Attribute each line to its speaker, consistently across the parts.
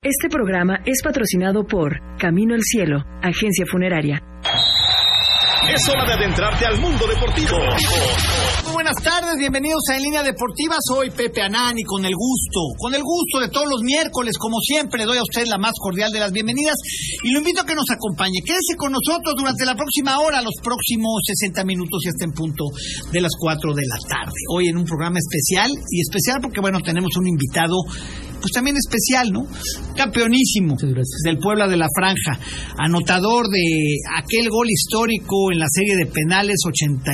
Speaker 1: Este programa es patrocinado por Camino al Cielo, agencia funeraria.
Speaker 2: Es hora de adentrarte al mundo deportivo.
Speaker 3: Muy buenas tardes, bienvenidos a En Línea Deportiva. Soy Pepe Anani con el gusto, con el gusto de todos los miércoles, como siempre, doy a usted la más cordial de las bienvenidas y lo invito a que nos acompañe. Quédese con nosotros durante la próxima hora, los próximos 60 minutos y hasta en punto de las 4 de la tarde. Hoy en un programa especial y especial porque, bueno, tenemos un invitado pues también especial, ¿no? Campeonísimo del Puebla de la Franja, anotador de aquel gol histórico en la serie de penales 82-83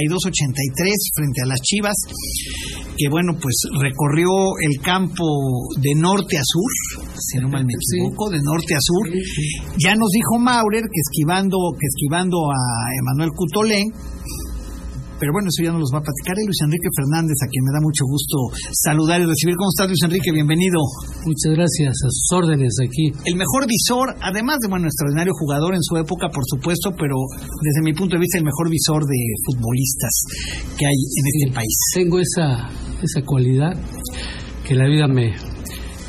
Speaker 3: frente a las Chivas, que bueno, pues recorrió el campo de norte a sur, si no mal me equivoco, de norte a sur. Ya nos dijo Maurer que esquivando, que esquivando a Emanuel Cutolén, pero bueno, eso ya nos los va a platicar el Luis Enrique Fernández, a quien me da mucho gusto saludar y recibir. ¿Cómo estás, Luis Enrique? Bienvenido.
Speaker 4: Muchas gracias, a sus órdenes aquí.
Speaker 3: El mejor visor, además de, bueno, extraordinario jugador en su época, por supuesto, pero desde mi punto de vista, el mejor visor de futbolistas que hay en este
Speaker 4: Sí,
Speaker 3: país.
Speaker 4: Tengo esa, esa cualidad que la vida me,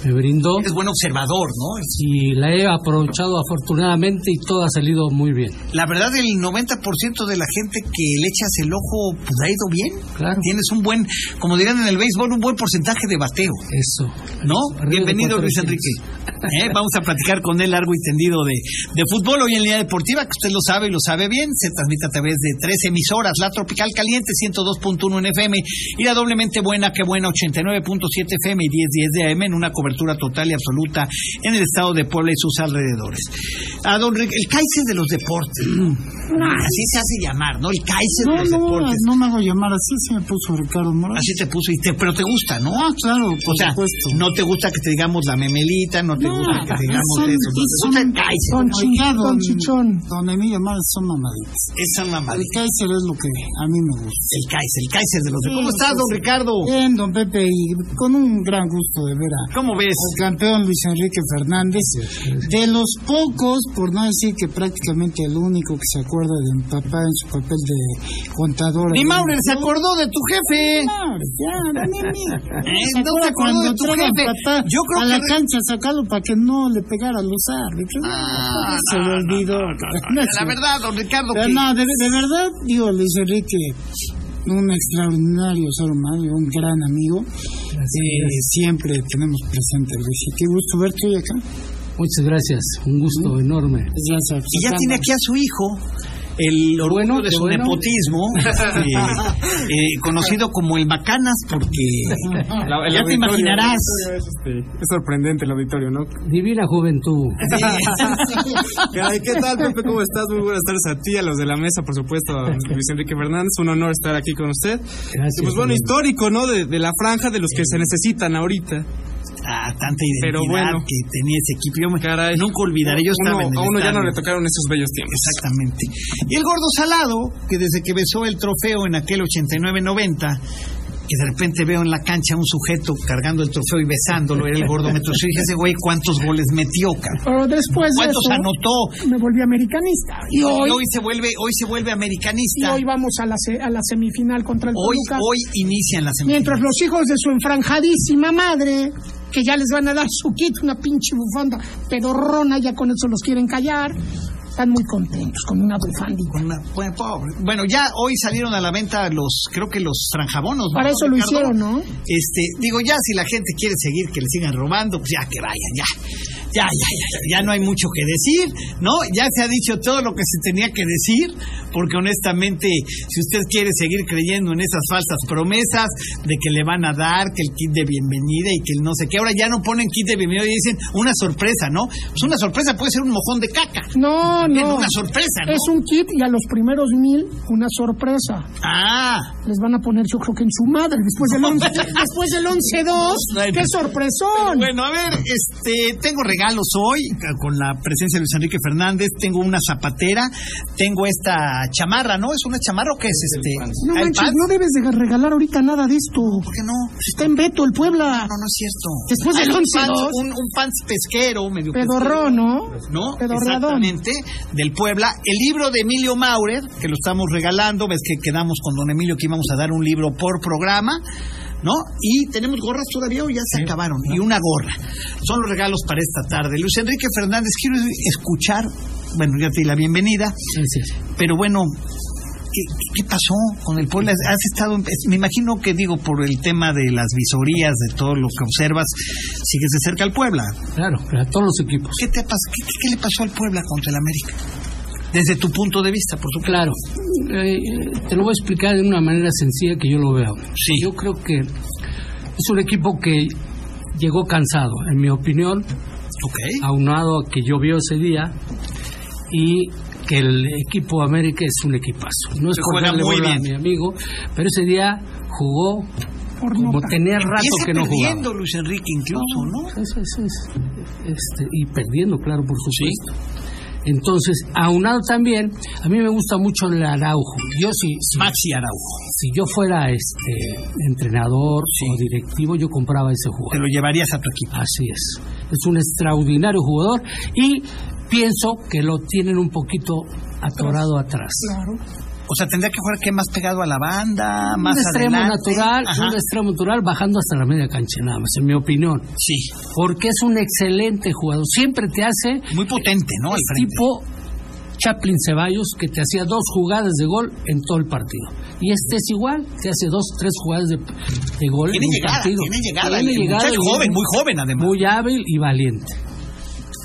Speaker 4: me brindó
Speaker 3: Es buen observador, ¿no? Es-
Speaker 4: y la he aprovechado afortunadamente y todo ha salido muy bien.
Speaker 3: La verdad, el 90% de la gente que le echas el ojo, pues ha ido bien.
Speaker 4: Claro.
Speaker 3: Tienes un buen, como dirían en el béisbol, un buen porcentaje de bateo.
Speaker 4: Eso.
Speaker 3: ¿No?
Speaker 4: Arriba de
Speaker 3: Bienvenido Luis
Speaker 4: 400.
Speaker 3: Enrique. Eh, Vamos a platicar con él largo y tendido de, de fútbol hoy en Línea Deportiva, que usted lo sabe y lo sabe bien. Se transmite a través de tres emisoras, La Tropical Caliente 102.1 en FM y La Doblemente Buena, que Buena 89.7 FM y 1010 de AM en una cobertura total y absoluta en el estado de Puebla y sus alrededores. A don Rick- el Kaiser de los deportes. Así se hace llamar, ¿no? El Kaiser de los deportes.
Speaker 5: no me hago llamar así, se me puso Ricardo Morales.
Speaker 3: Así te puso, y te, pero te gusta, ¿no?
Speaker 5: Ah, claro, por
Speaker 3: O sea,
Speaker 5: supuesto.
Speaker 3: no te gusta que te digamos la memelita, no te gusta que te digamos eso. No te gusta el
Speaker 5: Don
Speaker 3: Kaiser.
Speaker 5: Chichón, Don Chichón. Don Emilio Morales son mamaditas.
Speaker 3: Esa
Speaker 5: El
Speaker 3: mamadita.
Speaker 5: Kaiser es lo que a mí me gusta.
Speaker 3: El Kaiser, el Kaiser de los
Speaker 5: Sí,
Speaker 3: ¿Cómo estás,
Speaker 5: sí,
Speaker 3: don
Speaker 5: sí.
Speaker 3: Ricardo?
Speaker 5: Bien, don Pepe, y con un gran gusto de ver a-
Speaker 3: ¿Cómo ves?
Speaker 5: al campeón Luis Enrique Fernández. De los pocos, por no decir que prácticamente el único que se acuerda de mi papá en su papel de contador.
Speaker 3: Ni Maurer se acordó de tu jefe.
Speaker 5: Maurer, ya, ni mí.
Speaker 3: Eh,
Speaker 5: ¿Se
Speaker 3: no
Speaker 5: acuerda
Speaker 3: se acordó
Speaker 5: cuando
Speaker 3: de tu jefe?
Speaker 5: traga al papá
Speaker 3: Yo creo
Speaker 5: a
Speaker 3: que
Speaker 5: la
Speaker 3: re-
Speaker 5: cancha a sacarlo para que no le pegara a los árbitros?
Speaker 3: Ah,
Speaker 5: se
Speaker 3: no,
Speaker 5: le
Speaker 3: no,
Speaker 5: olvidó.
Speaker 3: La verdad, don Ricardo,
Speaker 5: Pero
Speaker 3: que-
Speaker 5: no, de, de verdad, digo, Luis Enrique, un extraordinario ser humano, y un gran amigo. Eh, siempre tenemos presente, Luis. Y qué gusto verte hoy acá.
Speaker 4: Muchas gracias. Un gusto enorme.
Speaker 5: Pues ya sabes,
Speaker 3: Y ya
Speaker 5: acá
Speaker 3: tiene
Speaker 5: andamos.
Speaker 3: aquí a su hijo, el orgullo
Speaker 4: bueno,
Speaker 3: de
Speaker 4: qué
Speaker 3: su
Speaker 4: bueno.
Speaker 3: nepotismo, eh, eh, conocido como el Bacanas, porque Ah, ya te imaginarás.
Speaker 6: Es sorprendente el auditorio, ¿no?
Speaker 4: Divina juventud.
Speaker 6: Ay, ¿Qué tal, Pepe? ¿Cómo estás? Muy buenas tardes a ti, a los de la mesa, por supuesto, a Luis Enrique Fernández. Un honor estar aquí con usted.
Speaker 4: Gracias.
Speaker 6: Pues bueno,
Speaker 4: amigo.
Speaker 6: histórico, ¿no? De, de la franja de los que se necesitan ahorita.
Speaker 3: Ah, tanta
Speaker 6: Pero
Speaker 3: identidad
Speaker 6: bueno.
Speaker 3: que tenía ese equipo. Yo me-
Speaker 6: Caray.
Speaker 3: nunca olvidaré, yo
Speaker 6: Uno-
Speaker 3: estaba en el
Speaker 6: a uno ya
Speaker 3: estadio.
Speaker 6: no le tocaron esos bellos tiempos.
Speaker 3: Exactamente. Y el gordo salado, que desde que besó el trofeo en aquel 89-90, que de repente veo en la cancha a un sujeto cargando el trofeo y besándolo, era el gordo Metros. Y dije, ese güey, ¿cuántos goles metió, cabrón?
Speaker 7: Oh,
Speaker 5: Pero después de
Speaker 3: ¿Cuántos
Speaker 5: eso,
Speaker 3: anotó?
Speaker 5: me volví americanista.
Speaker 3: Y hoy, se vuelve, hoy se vuelve americanista.
Speaker 7: y hoy vamos a la, se- a la semifinal contra el
Speaker 3: hoy,
Speaker 7: Toluca.
Speaker 3: hoy inician las
Speaker 7: Mientras los hijos de su enfranjadísima madre, que ya les van a dar su kit, una pinche bufanda pedorrona, ya con eso los quieren callar, están muy contentos con una bufandita.
Speaker 3: Una- bueno, pobre. Bueno, ya hoy salieron a la venta los, creo que los franjabonos. ¿no,
Speaker 7: Para eso lo
Speaker 3: Ricardo?
Speaker 7: hicieron, ¿no?
Speaker 3: Este, digo, ya si la gente quiere seguir que le sigan robando, pues ya que vayan, ya. Ya, ya, ya, ya, ya no hay mucho que decir, ¿no? Ya se ha dicho todo lo que se tenía que decir, porque honestamente, si usted quiere seguir creyendo en esas falsas promesas de que le van a dar, que el kit de bienvenida y que el no sé qué, ahora ya no ponen kit de bienvenida y dicen una sorpresa, ¿no? Pues una sorpresa puede ser un mojón de caca.
Speaker 7: No,
Speaker 3: También
Speaker 7: no.
Speaker 3: una sorpresa, ¿no?
Speaker 7: Es un kit y a los primeros mil, una sorpresa.
Speaker 3: Ah,
Speaker 7: Les van a poner, yo creo que en su madre, después del 11 después del 11-2. ¡Qué sorpresón!
Speaker 3: Bueno, a ver, este, tengo regalos hoy eh, con la presencia de Luis Enrique Fernández. Tengo una zapatera, tengo esta chamarra, ¿no? ¿Es una chamarra o qué es este?
Speaker 7: No
Speaker 3: ¿Ah, el
Speaker 7: manches,
Speaker 3: pan?
Speaker 7: no debes de regalar ahorita nada de esto.
Speaker 3: ¿Por qué no?
Speaker 7: Está en veto el Puebla.
Speaker 3: No, no es cierto.
Speaker 7: Después del
Speaker 3: Hay un
Speaker 7: 11-2.
Speaker 3: pants- Un, un pants pesquero, medio pesquero.
Speaker 7: Pedorrón, ¿no?
Speaker 3: ¿no?
Speaker 7: Pedorreadón.
Speaker 3: Exactamente, del Puebla. El libro de Emilio Maurer, que lo estamos regalando, ves que quedamos con don Emilio que íbamos a dar un libro por programa, ¿no? Y tenemos gorras todavía o ya se acabaron. Y una gorra. Son los regalos para esta tarde. Luis Enrique Fernández, quiero escuchar, bueno, ya te di la bienvenida,
Speaker 4: Gracias.
Speaker 3: pero bueno, ¿qué, qué pasó con el Puebla? Has estado, me imagino que digo, por el tema de las visorías, de todo lo que observas, sigues de cerca al Puebla.
Speaker 4: Claro, para todos los equipos.
Speaker 3: ¿Qué, te ha pas- qué, qué- qué le pasó al Puebla contra el América? Desde tu punto de vista, por supuesto.
Speaker 4: Claro, eh, te lo voy a explicar de una manera sencilla que yo lo veo.
Speaker 3: Sí.
Speaker 4: Yo creo que es un equipo que llegó cansado, en mi opinión,
Speaker 3: Ok.
Speaker 4: aunado a que llovió ese día y que el equipo América es un equipazo. No es
Speaker 3: Que
Speaker 4: por
Speaker 3: juega
Speaker 4: darle
Speaker 3: muy
Speaker 4: bola a mi
Speaker 3: bien.
Speaker 4: amigo, pero ese día jugó como tenía rato
Speaker 3: Empieza
Speaker 4: que no jugaba.
Speaker 3: perdiendo Luis Enrique incluso, ¿no?
Speaker 4: Eso, eso es. Este, y perdiendo, claro, por supuesto. Entonces, aunado también, a mí me gusta mucho el Araujo. Yo si, si,
Speaker 3: Maxi Araujo.
Speaker 4: si yo fuera este entrenador o directivo, yo compraba
Speaker 3: Te
Speaker 4: ese jugador.
Speaker 3: lo llevarías a tu equipo.
Speaker 4: Así es. Es un extraordinario jugador y pienso que lo tienen un poquito atorado atrás.
Speaker 3: O sea, tendría que jugar que más pegado a la banda, más
Speaker 4: un extremo
Speaker 3: adelante.
Speaker 4: natural,
Speaker 3: Ajá.
Speaker 4: un extremo natural bajando hasta la media cancha, nada más, en mi opinión.
Speaker 3: Sí,
Speaker 4: Porque es un excelente jugador. Siempre te hace
Speaker 3: muy potente, ¿no? Al frente.
Speaker 4: tipo Chaplin Ceballos que te hacía dos jugadas de gol en todo el partido. Y este es igual, te hace dos, tres jugadas de, de gol
Speaker 3: Tiene
Speaker 4: en un
Speaker 3: llegada,
Speaker 4: partido.
Speaker 3: tiene llegada.
Speaker 4: Tiene
Speaker 3: el
Speaker 4: llegada
Speaker 3: muchacho
Speaker 4: y
Speaker 3: joven,
Speaker 4: es
Speaker 3: muy joven además.
Speaker 4: muy hábil y valiente.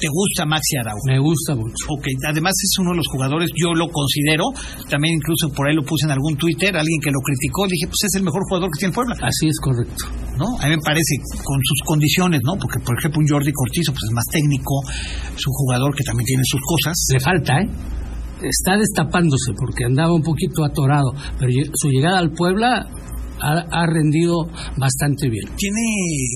Speaker 3: Te gusta Maxi Araujo.
Speaker 4: Me gusta mucho.
Speaker 3: Ok, además es uno de los jugadores, yo lo considero, también incluso por ahí lo puse en algún Twitter, alguien que lo criticó, dije, pues es el mejor jugador que tiene Puebla,
Speaker 4: Así es correcto.
Speaker 3: ¿no? A mí me parece, con sus condiciones, ¿no? Porque, por ejemplo, un Jordi Cortizo, pues es más técnico, es un jugador que también tiene sus cosas.
Speaker 4: Le falta, ¿eh? Está destapándose porque andaba un poquito atorado, pero lle- su llegada al Puebla ha, ha rendido bastante bien.
Speaker 3: Tiene,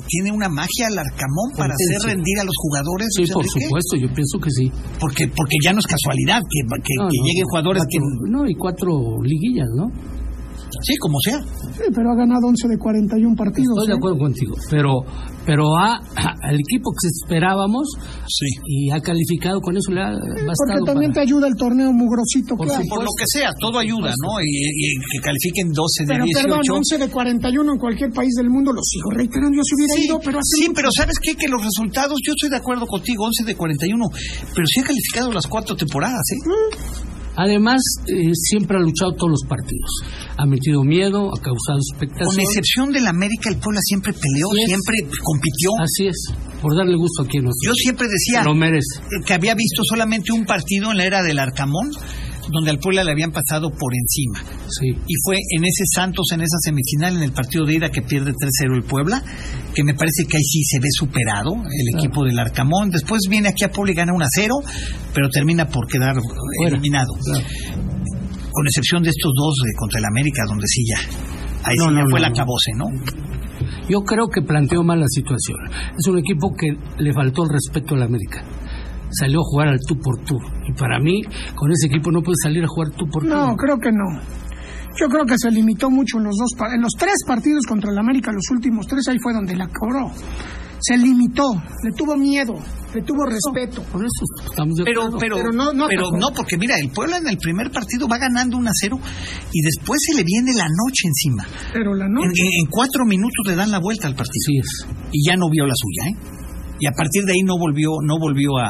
Speaker 3: tiene una magia al arcamón para
Speaker 4: Potencia.
Speaker 3: hacer rendir a los jugadores.
Speaker 4: Sí,
Speaker 3: Luis
Speaker 4: por
Speaker 3: Enrique.
Speaker 4: supuesto, yo pienso que sí.
Speaker 3: porque porque ya no es casualidad que, que,
Speaker 4: No,
Speaker 3: que
Speaker 4: no,
Speaker 3: lleguen jugadores que
Speaker 4: cuatro- No, y cuatro liguillas, ¿no?
Speaker 3: sí como sea
Speaker 7: Sí, pero ha ganado 11 de 41 partidos.
Speaker 4: Estoy de
Speaker 7: ¿eh?
Speaker 4: acuerdo contigo, pero pero a- al equipo que esperábamos
Speaker 3: sí
Speaker 4: y ha calificado con eso le ha
Speaker 7: Porque
Speaker 4: bastado
Speaker 7: también te
Speaker 4: para-
Speaker 7: ayuda el torneo mugrosito que
Speaker 4: Por
Speaker 7: hay.
Speaker 3: por lo que sea todo ayuda no y, y que califiquen 12 de
Speaker 7: Pero
Speaker 3: 18
Speaker 7: perdón, 11 de 41 en cualquier país del mundo, lo sigo reiterando, yo se hubiera
Speaker 3: Sí,
Speaker 7: ido, pero hace
Speaker 3: sí,
Speaker 7: mucho.
Speaker 3: pero ¿sabes qué? Que los resultados, yo estoy de acuerdo contigo, 11 de 41, pero sí ha calificado las cuatro temporadas, ¿eh?
Speaker 4: Además, eh, siempre ha luchado todos los partidos. Ha metido miedo, ha causado
Speaker 3: Con
Speaker 4: expectación.
Speaker 3: excepción del América, el Puebla siempre peleó,
Speaker 4: Así es.
Speaker 3: siempre compitió.
Speaker 4: Así es, por darle gusto a quien nos
Speaker 3: Yo siempre decía, eh,
Speaker 4: lo merece.
Speaker 3: que había visto solamente un partido en la era del Arcamón, donde al Puebla le habían pasado por encima.
Speaker 4: Sí.
Speaker 3: y fue en ese Santos, en esa semifinal, en el partido de ida que pierde 3-0 el Puebla, que me parece que ahí sí se ve superado el equipo del Arcamón. Después viene aquí a Puebla y gana 1-0, pero termina por quedar eh, eliminado. Con excepción de estos dos de contra el América, donde sí ya. Ahí
Speaker 4: No,
Speaker 3: sí ya
Speaker 4: no,
Speaker 3: fue
Speaker 4: no,
Speaker 3: la
Speaker 4: no.
Speaker 3: cabose, ¿no?
Speaker 4: Yo creo que planteó mal la situación. Es un equipo que le faltó el respeto a la América. Salió a jugar al tú por tú. Y para mí, con ese equipo no puedes salir a jugar tú por tú.
Speaker 7: No, creo que no. Yo creo que se limitó mucho en los dos, pa- en los tres partidos contra el América, los últimos tres, ahí fue donde la cobró. Se limitó, le tuvo miedo, le tuvo respeto.
Speaker 4: Por eso estamos de
Speaker 3: Pero,
Speaker 4: acuerdo.
Speaker 3: pero,
Speaker 7: pero no- no
Speaker 3: pero
Speaker 7: atacó.
Speaker 3: no, porque mira, el Puebla en el primer partido va ganando 1-0 y después se le viene la noche encima.
Speaker 7: Pero la
Speaker 3: En,
Speaker 7: noche,
Speaker 3: en- en cuatro minutos le dan la vuelta al partido.
Speaker 4: Así es.
Speaker 3: y ya no vio la suya, ¿eh? Y a partir de ahí no volvió, no volvió a,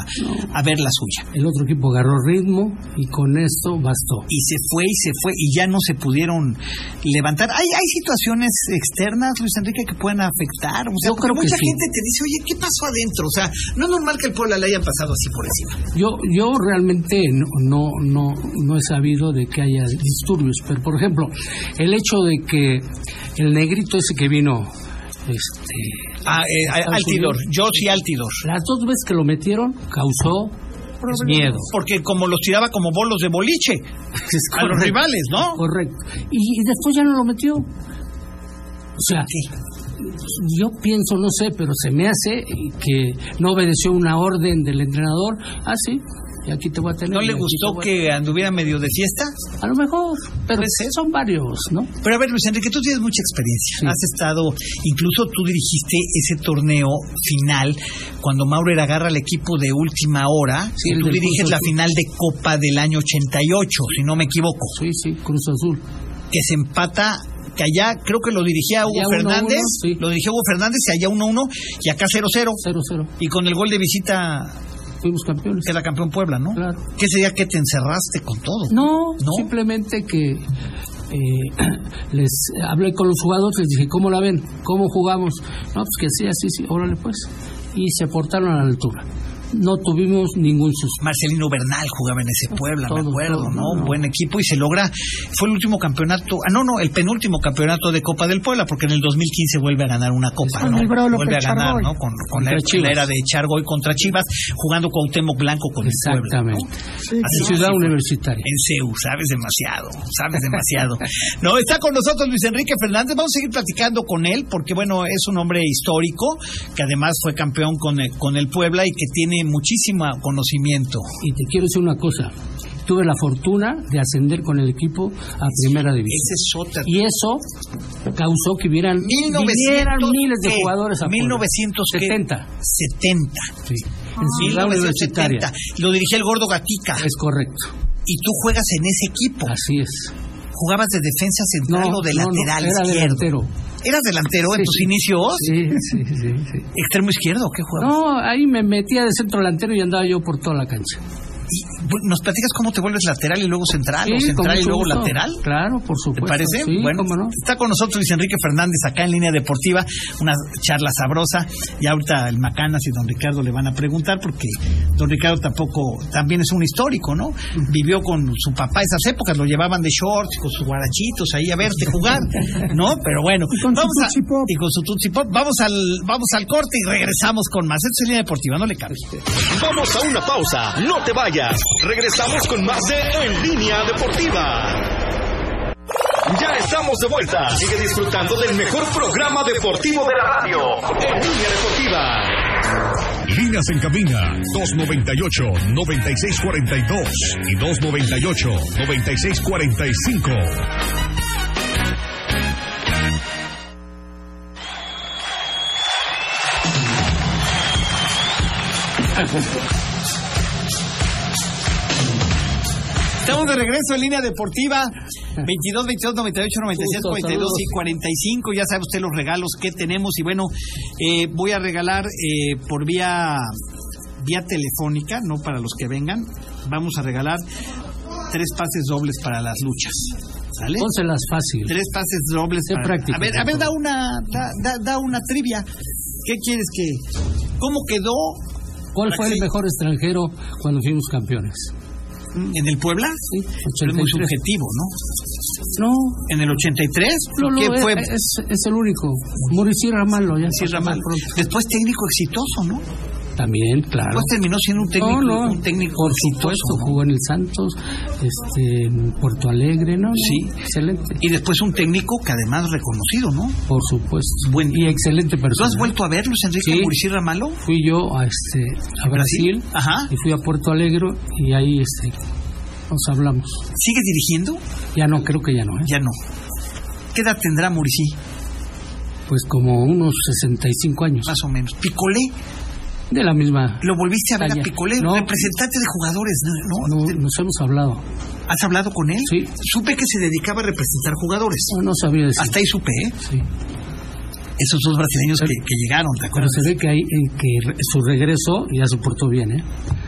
Speaker 3: a ver la suya.
Speaker 4: El otro equipo agarró ritmo y con esto bastó.
Speaker 3: Y se fue y se fue y ya no se pudieron levantar. Hay, hay situaciones externas, Luis Enrique, que pueden afectar. O sea,
Speaker 4: Yo
Speaker 3: porque
Speaker 4: creo que
Speaker 3: mucha
Speaker 4: sí.
Speaker 3: gente te dice, oye, ¿qué pasó adentro? O sea, no es normal que el Puebla le haya pasado así por encima.
Speaker 4: Yo, yo realmente no, no, no, no he sabido de que haya disturbios, pero por ejemplo, el hecho de que el negrito ese que vino, este,
Speaker 3: Ah, eh, a-
Speaker 4: Al
Speaker 3: Altidor,
Speaker 4: suyo.
Speaker 3: yo sí Altidor.
Speaker 4: las dos veces que lo metieron causó miedo.
Speaker 3: Porque como los tiraba como bolos de boliche
Speaker 4: Es
Speaker 3: a los
Speaker 4: correcto.
Speaker 3: rivales, ¿no?
Speaker 4: Correcto. Y, y después ya no lo metió. O sea, yo pienso, no sé, pero se me hace que no obedeció una orden del entrenador. Ah, sí, y aquí te voy a tener.
Speaker 3: ¿No
Speaker 4: y
Speaker 3: le
Speaker 4: aquí te
Speaker 3: gustó
Speaker 4: voy a-
Speaker 3: que Pues anduviera medio de fiesta?
Speaker 4: A lo mejor, pero son varios, ¿no?
Speaker 3: Pero a ver, Luis Enrique, tú tienes mucha experiencia.
Speaker 4: Sí.
Speaker 3: Has estado, incluso tú dirigiste ese torneo final cuando Maurer agarra al equipo de última hora.
Speaker 4: Sí,
Speaker 3: y
Speaker 4: el
Speaker 3: tú
Speaker 4: del
Speaker 3: diriges
Speaker 4: Cruz
Speaker 3: la
Speaker 4: Azul.
Speaker 3: final de Copa del año 88, si no me equivoco,
Speaker 4: Sí, sí, Cruz Azul.
Speaker 3: que se empata que allá creo que lo dirigía Hugo
Speaker 4: Allá uno a uno,
Speaker 3: Fernández,
Speaker 4: sí.
Speaker 3: lo dirigió Hugo Fernández y allá 1-1 y acá 0-0.
Speaker 4: 0-0.
Speaker 3: Y con el gol de visita
Speaker 4: Fuimos campeones.
Speaker 3: queda campeón Puebla, ¿no?
Speaker 4: Claro.
Speaker 3: Que ese día que te encerraste con todo.
Speaker 4: No,
Speaker 3: ¿No?
Speaker 4: simplemente que eh, les hablé con los jugadores, les dije, ¿cómo la ven? ¿Cómo jugamos? No, pues que sí, así, sí, órale pues. Y se portaron a la altura. No tuvimos ningún susto.
Speaker 3: Marcelino Bernal jugaba en ese Puebla, me
Speaker 4: Todo,
Speaker 3: acuerdo,
Speaker 4: todo,
Speaker 3: ¿no?
Speaker 4: no.
Speaker 3: Un buen equipo y se logra. Fue el último campeonato, ah, no, no, el penúltimo campeonato de Copa del Puebla, porque en el 2015 vuelve a ganar una Copa,
Speaker 7: Con
Speaker 3: ¿no?
Speaker 7: el Bravo López
Speaker 3: Vuelve a ganar,
Speaker 7: Chargoy.
Speaker 3: ¿no? Con, con la,
Speaker 4: Contra Chivas.
Speaker 3: la era de Chargoy contra Chivas, jugando Cuauhtémoc Blanco con el Puebla. ¿no?
Speaker 4: Exactamente.
Speaker 7: Sí,
Speaker 3: Así
Speaker 4: En Ciudad
Speaker 3: fue.
Speaker 4: Universitaria.
Speaker 3: En CEU, sabes demasiado, sabes demasiado. No, está con nosotros Luis Enrique Fernández, vamos a seguir platicando con él, porque bueno, es un hombre histórico, que además fue campeón con el, con el Puebla y que tiene muchísimo conocimiento.
Speaker 4: Y te quiero decir una cosa. Tuve la fortuna de ascender con el equipo a primera división.
Speaker 3: Ese es otra.
Speaker 4: Y eso causó que vieran
Speaker 3: 1900
Speaker 4: vinieran miles de
Speaker 3: ¿qué?
Speaker 4: jugadores a Puebla.
Speaker 3: 1970. 70.
Speaker 4: Sí.
Speaker 3: Ah.
Speaker 4: En Ciudad Universitaria.
Speaker 3: 1970. Lo dirigía el Gordo Gatica.
Speaker 4: Es correcto.
Speaker 3: Y tú juegas en ese equipo.
Speaker 4: Así es.
Speaker 3: Jugabas de defensa central o de lateral
Speaker 4: era
Speaker 3: izquierdo.
Speaker 4: delantero.
Speaker 3: ¿Eras delantero en
Speaker 4: Sí.
Speaker 3: tus inicios?
Speaker 4: Sí, sí, sí, sí.
Speaker 3: ¿Extremo izquierdo? ¿Qué jugabas?
Speaker 4: No, ahí me metía de centro delantero y andaba yo por toda la cancha.
Speaker 3: Y, bueno, ¿Nos platicas cómo te vuelves lateral y luego central? ¿O
Speaker 4: Sí, con
Speaker 3: Ah, central y
Speaker 4: mucho
Speaker 3: luego
Speaker 4: gusto.
Speaker 3: lateral?
Speaker 4: Claro, por
Speaker 3: ¿Te
Speaker 4: supuesto.
Speaker 3: parece?
Speaker 4: Sí,
Speaker 3: bueno,
Speaker 4: cómo no.
Speaker 3: está con nosotros Luis Enrique Fernández acá en línea deportiva, una charla sabrosa. Y ahorita el Macanas y don Ricardo le van a preguntar porque don Ricardo tampoco, también es un histórico, ¿no? Vivió con su papá esas épocas, lo llevaban de shorts, con sus guarachitos ahí a verte jugar, ¿no? Pero bueno,
Speaker 7: con su
Speaker 3: vamos a-
Speaker 7: Tutsi Pop.
Speaker 3: y con su tutsi pop. Vamos al, vamos al corte y regresamos con más. Esto es línea deportiva, no le cambies.
Speaker 2: Vamos a una pausa, no te vayas. Regresamos con más de En Línea Deportiva. Ya estamos de vuelta. Sigue disfrutando del mejor programa deportivo de la radio. En Línea Deportiva.
Speaker 8: Líneas en cabina 298-9642 y 298-9645.
Speaker 3: Estamos de regreso en línea deportiva 22, 22, 98, 96,
Speaker 4: Justo,
Speaker 3: 42 y
Speaker 4: saludos.
Speaker 3: 45. Ya sabe usted los regalos que tenemos. Y bueno, eh, voy a regalar eh, por vía, vía telefónica, no para los que vengan. Vamos a regalar tres pases dobles para las luchas. ¿Sale?
Speaker 4: Pónselas fácil.
Speaker 3: Tres pases dobles.
Speaker 4: Sé
Speaker 3: para-
Speaker 4: Oh, práctico,
Speaker 3: a ver, a
Speaker 4: por
Speaker 3: ver, da
Speaker 4: favor.
Speaker 3: una, da, da- da una trivia. ¿Qué quieres que.? ¿Cómo quedó
Speaker 4: ¿Cuál fue el mejor extranjero cuando fuimos campeones?
Speaker 3: en el Puebla?
Speaker 4: Sí,
Speaker 3: Pero es muy
Speaker 4: 83.
Speaker 3: subjetivo, ¿no?
Speaker 4: No,
Speaker 3: ¿En el 83?
Speaker 4: no, no, eh,
Speaker 3: ¿Qué
Speaker 4: es,
Speaker 3: fue?
Speaker 4: es- es el único. Muricy Ramallo, ya
Speaker 3: Sí,
Speaker 4: pasó
Speaker 3: Ramal.
Speaker 4: pronto.
Speaker 3: Después técnico exitoso, ¿no?
Speaker 4: También, claro.
Speaker 3: Después terminó siendo un técnico,
Speaker 4: no, no,
Speaker 3: un técnico
Speaker 4: por
Speaker 3: exitoso,
Speaker 4: supuesto,
Speaker 3: Pues, ¿no?
Speaker 4: jugó en el Santos, este, en Puerto Alegre, ¿no?
Speaker 3: Sí.
Speaker 4: Excelente.
Speaker 3: Y después un técnico que además reconocido, ¿no?
Speaker 4: Por supuesto.
Speaker 3: Buen-
Speaker 4: y excelente
Speaker 3: ¿Tú
Speaker 4: persona.
Speaker 3: has vuelto a verlos, Enrique
Speaker 4: Sí.
Speaker 3: Muricy Ramalo?
Speaker 4: Fui yo a, este,
Speaker 3: ¿Ah,
Speaker 4: a Brasil,
Speaker 3: Ajá.
Speaker 4: y fui a Puerto Alegre y ahí este, nos hablamos.
Speaker 3: ¿Sigues dirigiendo?
Speaker 4: Ya no, creo que ya no. ¿eh?
Speaker 3: Ya no. ¿Qué edad tendrá Muricy?
Speaker 4: Pues como unos 65 años.
Speaker 3: Más o menos. ¿Picolé?
Speaker 4: De la misma.
Speaker 3: ¿Lo volviste a ver
Speaker 4: Talla.
Speaker 3: a Picolé?
Speaker 4: No.
Speaker 3: Representante de jugadores, ¿no? este
Speaker 4: no- nos hemos hablado.
Speaker 3: ¿Has hablado con él?
Speaker 4: Sí.
Speaker 3: Supe que se dedicaba a representar jugadores.
Speaker 4: No, no sabía decir.
Speaker 3: Hasta ahí supe, ¿eh?
Speaker 4: Sí.
Speaker 3: Esos dos brasileños que, que llegaron, ¿te
Speaker 4: Pero
Speaker 3: acuerdas?
Speaker 4: se ve que, ahí, eh, que re- su regreso ya se portó bien, ¿eh?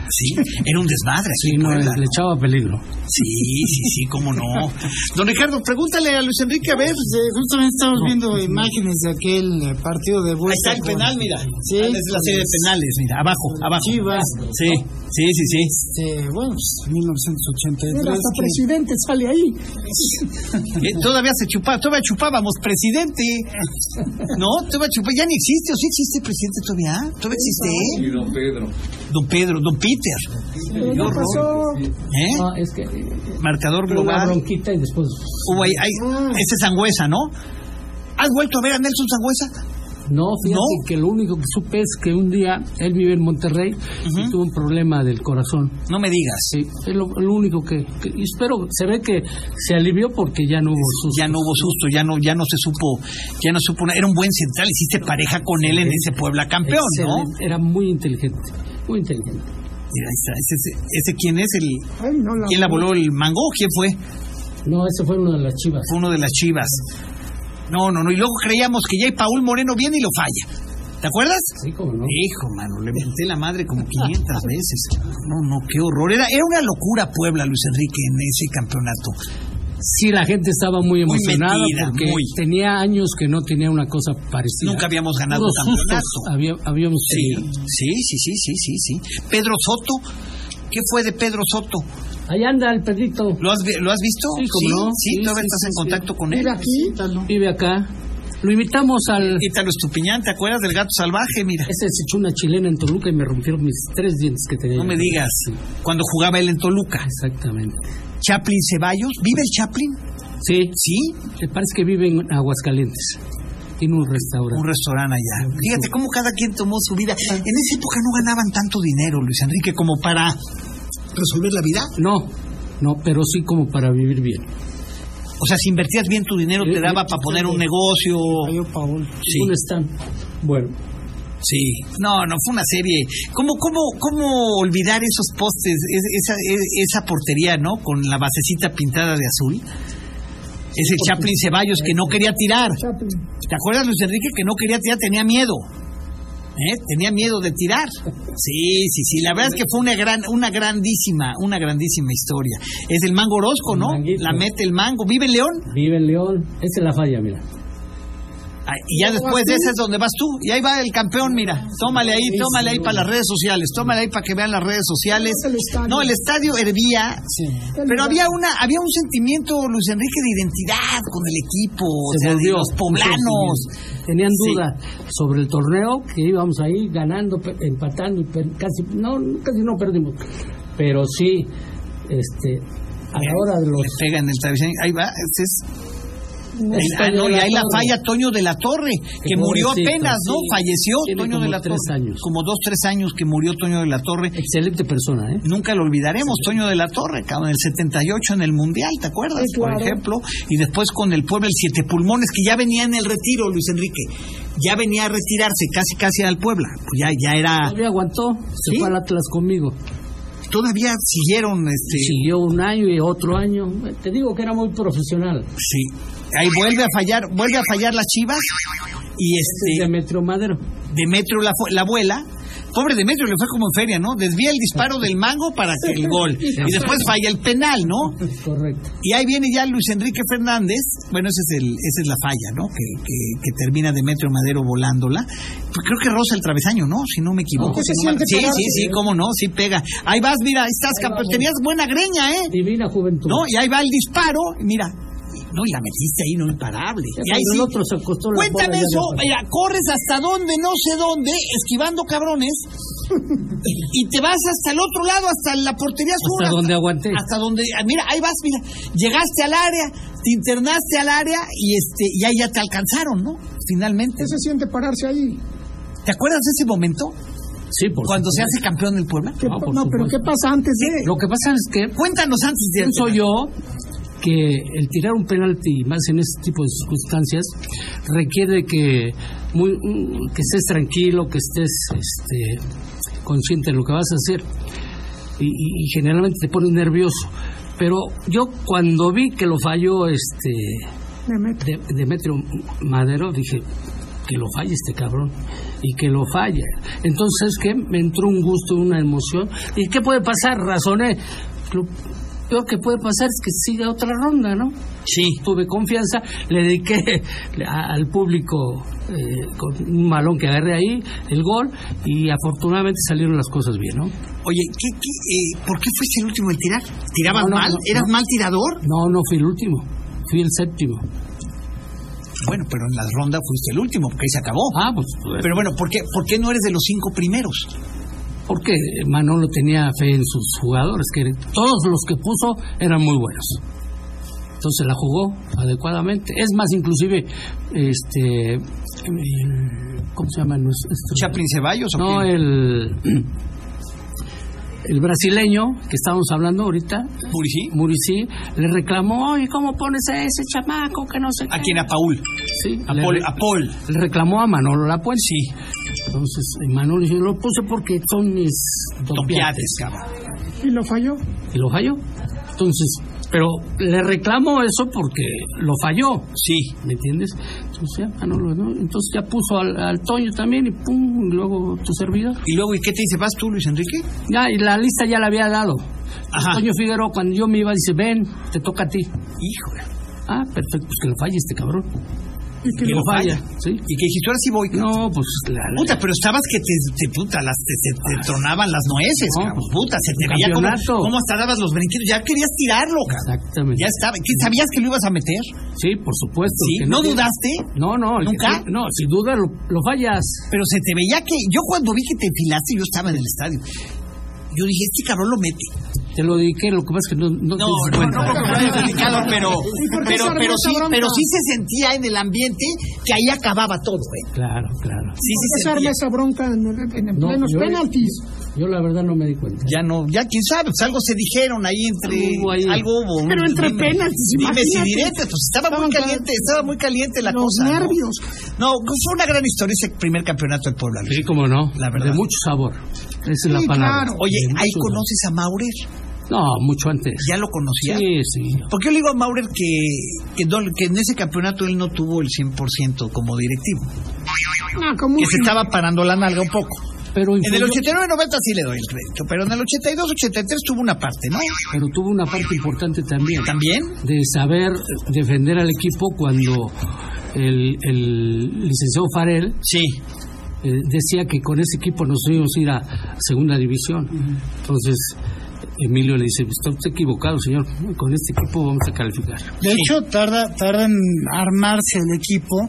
Speaker 3: Sí, era un desmadre. aquí
Speaker 4: Sí,
Speaker 3: en
Speaker 4: no,
Speaker 3: Puebla, ¿no?
Speaker 4: le echaba peligro.
Speaker 3: Sí, sí, sí, cómo no. Don Ricardo, pregúntale a Luis Enrique, a ver.
Speaker 5: Pues, eh, justamente estamos
Speaker 3: pues,
Speaker 5: viendo imágenes de aquel eh, partido de
Speaker 3: Ahí
Speaker 5: vuelta.
Speaker 3: está el
Speaker 5: con-
Speaker 3: penal, mira.
Speaker 5: Sí,
Speaker 3: es la serie de penales, mira, abajo, abajo.
Speaker 5: Chivas.
Speaker 3: Sí, sí, sí, sí.
Speaker 5: Este, bueno, pues,
Speaker 7: Era
Speaker 5: 1983.
Speaker 7: hasta
Speaker 5: que-
Speaker 7: presidente sale ahí.
Speaker 3: Eh, todavía se chupaba, todavía chupábamos presidente. No, todavía chupaba, ya ni existe, o sí existe presidente todavía. Todavía existe, ¿eh?
Speaker 6: don Pedro.
Speaker 3: Don Pedro, don Peter.
Speaker 7: Pero ya pasó. Ah.
Speaker 3: ¿Eh?
Speaker 4: No, es que eh,
Speaker 3: Marcador
Speaker 4: una
Speaker 3: global.
Speaker 4: bronquita y después.
Speaker 3: Hubo ahí-
Speaker 7: Ah.
Speaker 3: ahí- este es Sangüesa, ¿no? ¿Has vuelto a ver a Nelson Sangüesa?
Speaker 4: No, fíjate
Speaker 3: No.
Speaker 4: que lo único que supe es que un día él vive en Monterrey y tuvo un problema del corazón.
Speaker 3: No me digas.
Speaker 4: Sí, es lo, lo único que, que- y Espero, se ve que se alivió porque ya no hubo sus.
Speaker 3: ya no hubo susto, ya no, ya no se supo, ya no supo, na- era un buen central, hiciste pareja con él en ese Puebla campeón, ¿no?
Speaker 4: Excelente, Era muy inteligente, muy inteligente.
Speaker 3: Mira, ahí está, ese, ese- ese quién es el,
Speaker 7: Ay, no, la-
Speaker 3: quién la voló el mango, quién fue,
Speaker 4: No, ese fue uno de las chivas.
Speaker 3: fue uno de las Chivas. No, no, no. Y luego creíamos que ya y Paul Moreno viene y lo falla. ¿Te acuerdas?
Speaker 4: Sí, como no.
Speaker 3: Hijo, mano, le menté la madre como 500 veces. No, no, qué horror. Era, era una locura Puebla, Luis Enrique, en ese campeonato.
Speaker 4: Sí, la gente estaba muy emocionada
Speaker 3: metida,
Speaker 4: porque
Speaker 3: muy.
Speaker 4: tenía años que no tenía una cosa parecida.
Speaker 3: Nunca habíamos ganado
Speaker 4: Puros
Speaker 3: campeonato.
Speaker 4: sustos había- habíamos
Speaker 3: Sí,
Speaker 4: tenido.
Speaker 3: sí, sí, sí, sí, sí, sí. Pedro Soto. ¿Qué fue de Pedro Soto?
Speaker 4: Ahí anda el Pedrito.
Speaker 3: ¿Lo has, vi- lo has visto?
Speaker 4: Sí, cómo no.
Speaker 3: sí,
Speaker 4: Sí,
Speaker 3: todavía
Speaker 4: sí,
Speaker 3: estás
Speaker 4: sí,
Speaker 3: en
Speaker 4: sí.
Speaker 3: contacto con él.
Speaker 7: Mira aquí.
Speaker 4: Vive acá. Lo invitamos al.
Speaker 3: Ítalo Estupiñán, ¿te acuerdas del gato salvaje? Mira,
Speaker 4: Ese se echó una chilena en Toluca y me rompieron mis tres dientes que tenía. Ah,
Speaker 3: no me digas. Cuando jugaba él en Toluca.
Speaker 4: Exactamente.
Speaker 3: Chaplin Ceballos, ¿vive el Chaplin?
Speaker 4: Sí,
Speaker 3: Sí,
Speaker 4: me parece que vive en Aguascalientes. Tiene un
Speaker 3: un
Speaker 4: restaurante.
Speaker 3: restaurante allá. Fíjate cómo cada quien tomó su vida. En esa época no ganaban tanto dinero, Luis Enrique, como para resolver la vida.
Speaker 4: No, no, pero sí como para vivir bien.
Speaker 3: O sea, si invertías bien tu dinero, te daba para poner un negocio.
Speaker 5: Cayó Paul.
Speaker 3: Sí,
Speaker 4: ¿Dónde están? Bueno,
Speaker 3: sí. No, no, fue una serie. ¿Cómo, cómo, cómo olvidar esos postes, es- esa, es- esa portería, ¿no? Con la basecita pintada de azul. Ese Chaplin Ceballos que no quería tirar.
Speaker 7: Chaplin.
Speaker 3: ¿Te acuerdas, Luis Enrique, que no quería tirar? Tenía miedo. ¿Eh? Tenía miedo de tirar. Sí, sí, sí. La verdad es que fue una gran, una grandísima, una grandísima historia. Es el mango Orozco,
Speaker 4: El
Speaker 3: ¿no?
Speaker 4: manguito.
Speaker 3: La mete el mango. Vive en León.
Speaker 4: vive en León. Esa es la falla, mira.
Speaker 3: Ah, Y ya después de esa es donde vas tú. Y ahí va el campeón, mira. Tómale ahí, tómale ahí para las redes sociales. Tómale ahí para que vean las redes sociales.
Speaker 7: Es el estadio.
Speaker 3: No, el estadio hervía. Pero había una, había un sentimiento, Luis Enrique, de identidad con el equipo. o
Speaker 4: Se
Speaker 3: sea, de
Speaker 4: volvió
Speaker 3: los poblanos.
Speaker 4: Tenían
Speaker 3: Sí.
Speaker 4: duda sobre el torneo, que íbamos ahí ganando, pe- empatando, y per- casi no, casi no perdimos. Pero sí, este, a la hora de los...
Speaker 3: Le pega en el travesaño. Ahí va. ese es- Ahí- ah,
Speaker 4: Toño
Speaker 3: no,
Speaker 4: de
Speaker 3: y ahí la
Speaker 4: Torre.
Speaker 3: falla Toño de la Torre, que murió
Speaker 4: pobrecito,
Speaker 3: apenas, ¿no?
Speaker 4: sí.
Speaker 3: Falleció
Speaker 4: Tiene
Speaker 3: Toño
Speaker 4: como
Speaker 3: de la
Speaker 4: tres
Speaker 3: Torre.
Speaker 4: años.
Speaker 3: Como dos, tres años que murió Toño de la Torre.
Speaker 4: Excelente persona, ¿eh?
Speaker 3: Nunca lo olvidaremos, Toño de la Torre, cabrón, en el 78 en el Mundial, ¿te acuerdas?
Speaker 7: Sí, claro.
Speaker 3: Por ejemplo, y después con el Puebla, el Siete Pulmones, que ya venía en el retiro, Luis Enrique, ya venía a retirarse casi casi al Puebla, Pues ya, ya era,
Speaker 4: Todavía aguantó, se
Speaker 3: ¿Sí?
Speaker 4: fue al Atlas conmigo.
Speaker 3: todavía siguieron, este, sí.
Speaker 4: Siguió un año y otro año. Te digo que era muy profesional.
Speaker 3: ahí vuelve a fallar, vuelve a fallar las Chivas, y este,
Speaker 4: Demetrio Madero.
Speaker 3: Demetrio la, fu- la abuela. Pobre Demetrio le fue como en feria, ¿no? Desvía el disparo del mango para que el gol. Y después falla el penal, ¿no?
Speaker 4: Correcto.
Speaker 3: Y ahí viene ya Luis Enrique Fernández. Bueno, ese es el, esa es la falla, ¿no? Que, que- que termina Demetrio Madero volándola. Pues creo que rosa el travesaño, ¿no? Si no me equivoco.
Speaker 7: No,
Speaker 4: pues
Speaker 7: se
Speaker 3: Si no me-
Speaker 7: siente
Speaker 3: sí,
Speaker 7: pegarse,
Speaker 3: sí, sí,
Speaker 7: ¿eh?
Speaker 3: cómo no, sí pega. Ahí vas, mira, ahí estás, campeón. Tenías buena greña, ¿eh?
Speaker 4: Divina juventud.
Speaker 3: ¿No? Y ahí va el disparo, y mira. No, y la metiste ahí, no imparable.
Speaker 4: Ya
Speaker 3: Y ahí
Speaker 4: cuando
Speaker 3: sí,
Speaker 4: el otro se acostó la bola,
Speaker 3: Cuéntame
Speaker 4: ya
Speaker 3: eso,
Speaker 4: no-
Speaker 3: mira, corres hasta donde, no sé dónde, esquivando cabrones, y te vas hasta el otro lado, hasta la portería sur.
Speaker 4: Hasta donde aguanté.
Speaker 3: Hasta donde, ah, mira, ahí vas, mira, llegaste al área, te internaste al área y este, y ahí ya te alcanzaron, ¿no? Finalmente.
Speaker 7: ¿Qué se siente pararse ahí?
Speaker 3: ¿Te acuerdas de ese momento?
Speaker 4: Sí, por
Speaker 3: Cuando se
Speaker 4: supuesto.
Speaker 3: hace campeón del Puebla.
Speaker 7: ¿Qué
Speaker 4: No,
Speaker 7: pa-
Speaker 4: por
Speaker 7: no, pero
Speaker 4: supuesto.
Speaker 7: ¿qué pasa antes de...?
Speaker 4: Lo que pasa es que
Speaker 3: Cuéntanos antes de.
Speaker 4: pienso yo que el tirar un penalti, más en este tipo de circunstancias, requiere que, muy, mm, que estés tranquilo, que estés este, consciente de lo que vas a hacer. Y, y- y generalmente te pones nervioso. Pero yo cuando vi que lo falló este
Speaker 7: Me meto.
Speaker 4: de, Demetrio Madero, dije que lo falle este cabrón y que lo falle. Entonces que me entró un gusto, una emoción. ¿Y qué puede pasar? Razoné. Lo peor que puede pasar es que siga otra ronda, ¿no?
Speaker 3: Sí.
Speaker 4: Tuve confianza, le dediqué a- al público eh, con un malón que agarré ahí, el gol, y afortunadamente salieron las cosas bien, ¿no?
Speaker 3: Oye, ¿qué, qué, eh, ¿por qué fuiste el último en tirar? ¿Tirabas
Speaker 4: No, no,
Speaker 3: mal?
Speaker 4: no,
Speaker 3: ¿Eras
Speaker 4: no.
Speaker 3: mal tirador?
Speaker 4: No, no fui el último, fui el séptimo.
Speaker 3: Bueno, pero en la ronda fuiste el último, porque ahí se acabó.
Speaker 4: Ah, pues.
Speaker 3: Pero bueno, ¿por qué, ¿por qué no eres de los cinco primeros?
Speaker 4: Porque Manolo tenía fe en sus jugadores, que todos los que puso eran muy buenos. Entonces la jugó adecuadamente. Es más, inclusive, este, el- ¿cómo se llama? nuestro-
Speaker 3: ¿Chaplin Ceballos o
Speaker 4: este, No, eh.
Speaker 3: quién?
Speaker 4: el, el brasileño que estábamos hablando ahorita,
Speaker 3: Muricy.
Speaker 4: Murici, le reclamó, oye, ¿cómo pones a ese chamaco que no sé
Speaker 3: ¿A
Speaker 4: qué?"
Speaker 3: quién? A Paul.
Speaker 4: Sí,
Speaker 3: A
Speaker 4: le
Speaker 3: Paul.
Speaker 4: re-
Speaker 3: A Paul.
Speaker 4: le reclamó a Manolo Lapuente. Sí. Entonces, eh, Manolo dice, lo puse porque son mis
Speaker 3: Topiates,
Speaker 4: topiates.
Speaker 3: cabrón.
Speaker 7: Y lo falló.
Speaker 4: Y lo falló. Entonces, pero le reclamo eso porque lo falló.
Speaker 3: Sí.
Speaker 4: ¿Me entiendes? O sea, ah, no, lo- no. Entonces ya puso al, al Toño también y pum, y luego tu servidor.
Speaker 3: Y luego, ¿y qué te dice? ¿Vas tú, Luis Enrique?
Speaker 4: Ya, y la lista ya la había dado.
Speaker 3: Ajá.
Speaker 4: Toño Figueroa, cuando yo me iba, dice, ven, te toca a ti.
Speaker 3: Híjole.
Speaker 4: Ah, perfecto, pues que lo falle este cabrón.
Speaker 3: Y
Speaker 4: Que lo
Speaker 3: lo
Speaker 4: falla, ¿sí?
Speaker 3: Y que dijiste, ahora sí voy.
Speaker 4: No, pues la,
Speaker 3: Puta, pero estabas que te, te puta, las, te, te- te tronaban las nueces,
Speaker 4: No,
Speaker 3: cabrón.
Speaker 4: pues,
Speaker 3: Puta, se te veía como,
Speaker 4: campeonato.
Speaker 3: como hasta dabas los brinquitos. Ya querías tirarlo, cabrón.
Speaker 4: Exactamente.
Speaker 3: Ya estaba. ¿Qué, ¿Sabías que lo ibas a meter?
Speaker 4: Sí, por supuesto.
Speaker 3: ¿Sí?
Speaker 4: que
Speaker 3: ¿No dudaste?
Speaker 4: No, no. el que
Speaker 3: ¿Nunca?
Speaker 4: sí- no, si dudas, lo, lo fallas.
Speaker 3: Pero se te veía que. Yo cuando vi que te enfilaste, yo estaba en el estadio. Yo dije, este cabrón lo mete.
Speaker 4: Te lo dediqué, lo que pasa es que no, no, te
Speaker 3: No, no,
Speaker 4: das cuenta.
Speaker 3: no porque lo hayas dedicado, pero,
Speaker 7: por qué
Speaker 3: pero,
Speaker 7: se armó
Speaker 3: pero,
Speaker 7: esa
Speaker 3: sí,
Speaker 7: bronca?
Speaker 3: pero sí se sentía en el ambiente que ahí acababa todo, ¿eh?
Speaker 4: Claro, claro.
Speaker 3: Sí, sí se
Speaker 7: Esa
Speaker 3: sentía.
Speaker 7: arma esa bronca en, en- en
Speaker 4: No,
Speaker 7: plenos
Speaker 4: yo-
Speaker 7: penaltis.
Speaker 4: Yo la verdad no me di cuenta.
Speaker 3: Ya no, ya quién sabe, pues algo se dijeron ahí entre.
Speaker 4: Algo hubo ahí.
Speaker 3: Algo hubo. un
Speaker 7: Pero entre
Speaker 3: dime-
Speaker 7: penaltis,
Speaker 3: Dime si
Speaker 7: imagínate.
Speaker 3: diretes, pues estaba muy
Speaker 7: Estaban
Speaker 3: caliente, estaba muy caliente la
Speaker 7: los
Speaker 3: cosa. ¿no?
Speaker 7: nervios.
Speaker 3: No, pues, fue una gran historia ese primer campeonato del Puebla. Luis.
Speaker 4: Sí, como no.
Speaker 3: La verdad.
Speaker 4: De mucho sabor. Esa es la
Speaker 7: Sí,
Speaker 4: palabra.
Speaker 7: claro.
Speaker 3: Oye,
Speaker 4: De
Speaker 3: ahí
Speaker 4: mucho
Speaker 3: conoces a Maurer,
Speaker 4: sabor. No, mucho antes.
Speaker 3: ya lo conocías.
Speaker 4: Sí, sí.
Speaker 3: Porque yo le digo a Maurer que, que, no- que en ese campeonato él no tuvo el 100% como directivo?
Speaker 7: No, como
Speaker 3: Que se estaba parando la nalga un poco.
Speaker 4: Pero,
Speaker 3: En el
Speaker 4: influyó-
Speaker 3: 89-90 sí le doy el crédito, pero en el 82-83 tuvo una parte, ¿no?
Speaker 4: pero tuvo una parte importante también.
Speaker 3: También.
Speaker 4: de saber defender al equipo cuando el, el licenciado Farel
Speaker 3: Sí.
Speaker 4: eh, decía que con ese equipo nos íbamos a ir a segunda división. Entonces Emilio le dice, está usted equivocado, señor, con este equipo vamos a calificar.
Speaker 5: De hecho, tarda, tarda en armarse el equipo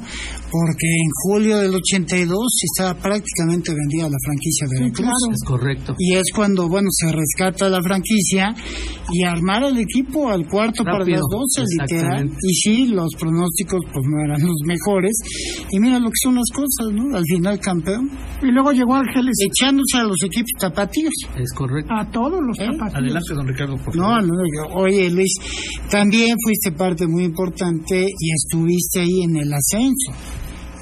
Speaker 5: porque en julio del 82 estaba prácticamente vendida la franquicia de Veracruz.
Speaker 4: Es correcto.
Speaker 5: Y es cuando, bueno, se rescata la franquicia y armar el equipo al cuarto para
Speaker 4: Rápido,
Speaker 5: las 12, literal.
Speaker 4: exactamente.
Speaker 5: Y sí, los pronósticos pues no eran los mejores. Y mira lo que son las cosas, ¿no? Al final campeón,
Speaker 7: Y luego llegó Ángeles
Speaker 5: echándose a los equipos tapatíos. ¿Eh?
Speaker 4: Es correcto.
Speaker 7: a todos los zapatos.
Speaker 3: don Ricardo, por
Speaker 5: No, no, yo- oye Luis, también fuiste parte muy importante y estuviste ahí en el ascenso,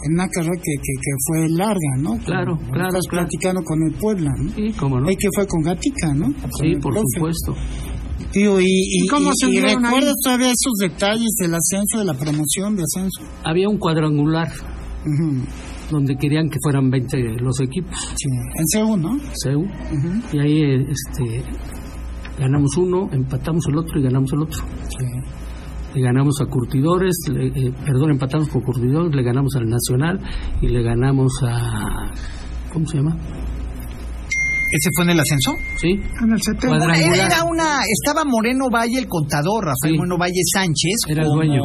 Speaker 5: en una carrera que, que, que fue larga, ¿no?
Speaker 4: Claro,
Speaker 5: Como
Speaker 4: claro,
Speaker 5: Estás
Speaker 4: claro.
Speaker 5: platicando con el Puebla, ¿no?
Speaker 4: Sí, cómo no.
Speaker 5: Ahí que fue con Gatica, ¿no? Con
Speaker 4: Sí,
Speaker 5: el
Speaker 4: por
Speaker 5: profe.
Speaker 4: supuesto.
Speaker 5: Tío, y, y,
Speaker 7: ¿Y cómo
Speaker 5: y-
Speaker 7: se
Speaker 5: y
Speaker 7: vieron ahí?
Speaker 5: recuerdas todavía esos detalles del ascenso, de la promoción de ascenso.
Speaker 4: Había un cuadrangular
Speaker 5: Ujú,
Speaker 4: donde querían que fueran 20 los equipos,
Speaker 5: sí. En segundo,
Speaker 4: CEU, y ahí eh, este, ganamos uno, empatamos el otro y ganamos el otro. le ganamos a Curtidores, le- eh, perdón, empatamos por Curtidores, le ganamos al Nacional y le ganamos a. ¿Cómo se llama?
Speaker 3: ¿Ese fue en el ascenso?
Speaker 4: Sí,
Speaker 7: En el 70.
Speaker 4: cuadrangular.
Speaker 3: Era una. Estaba Moreno Valle, el contador, Rafael
Speaker 4: Sí.
Speaker 3: Moreno Valle Sánchez,
Speaker 4: Era el
Speaker 3: como
Speaker 4: dueño.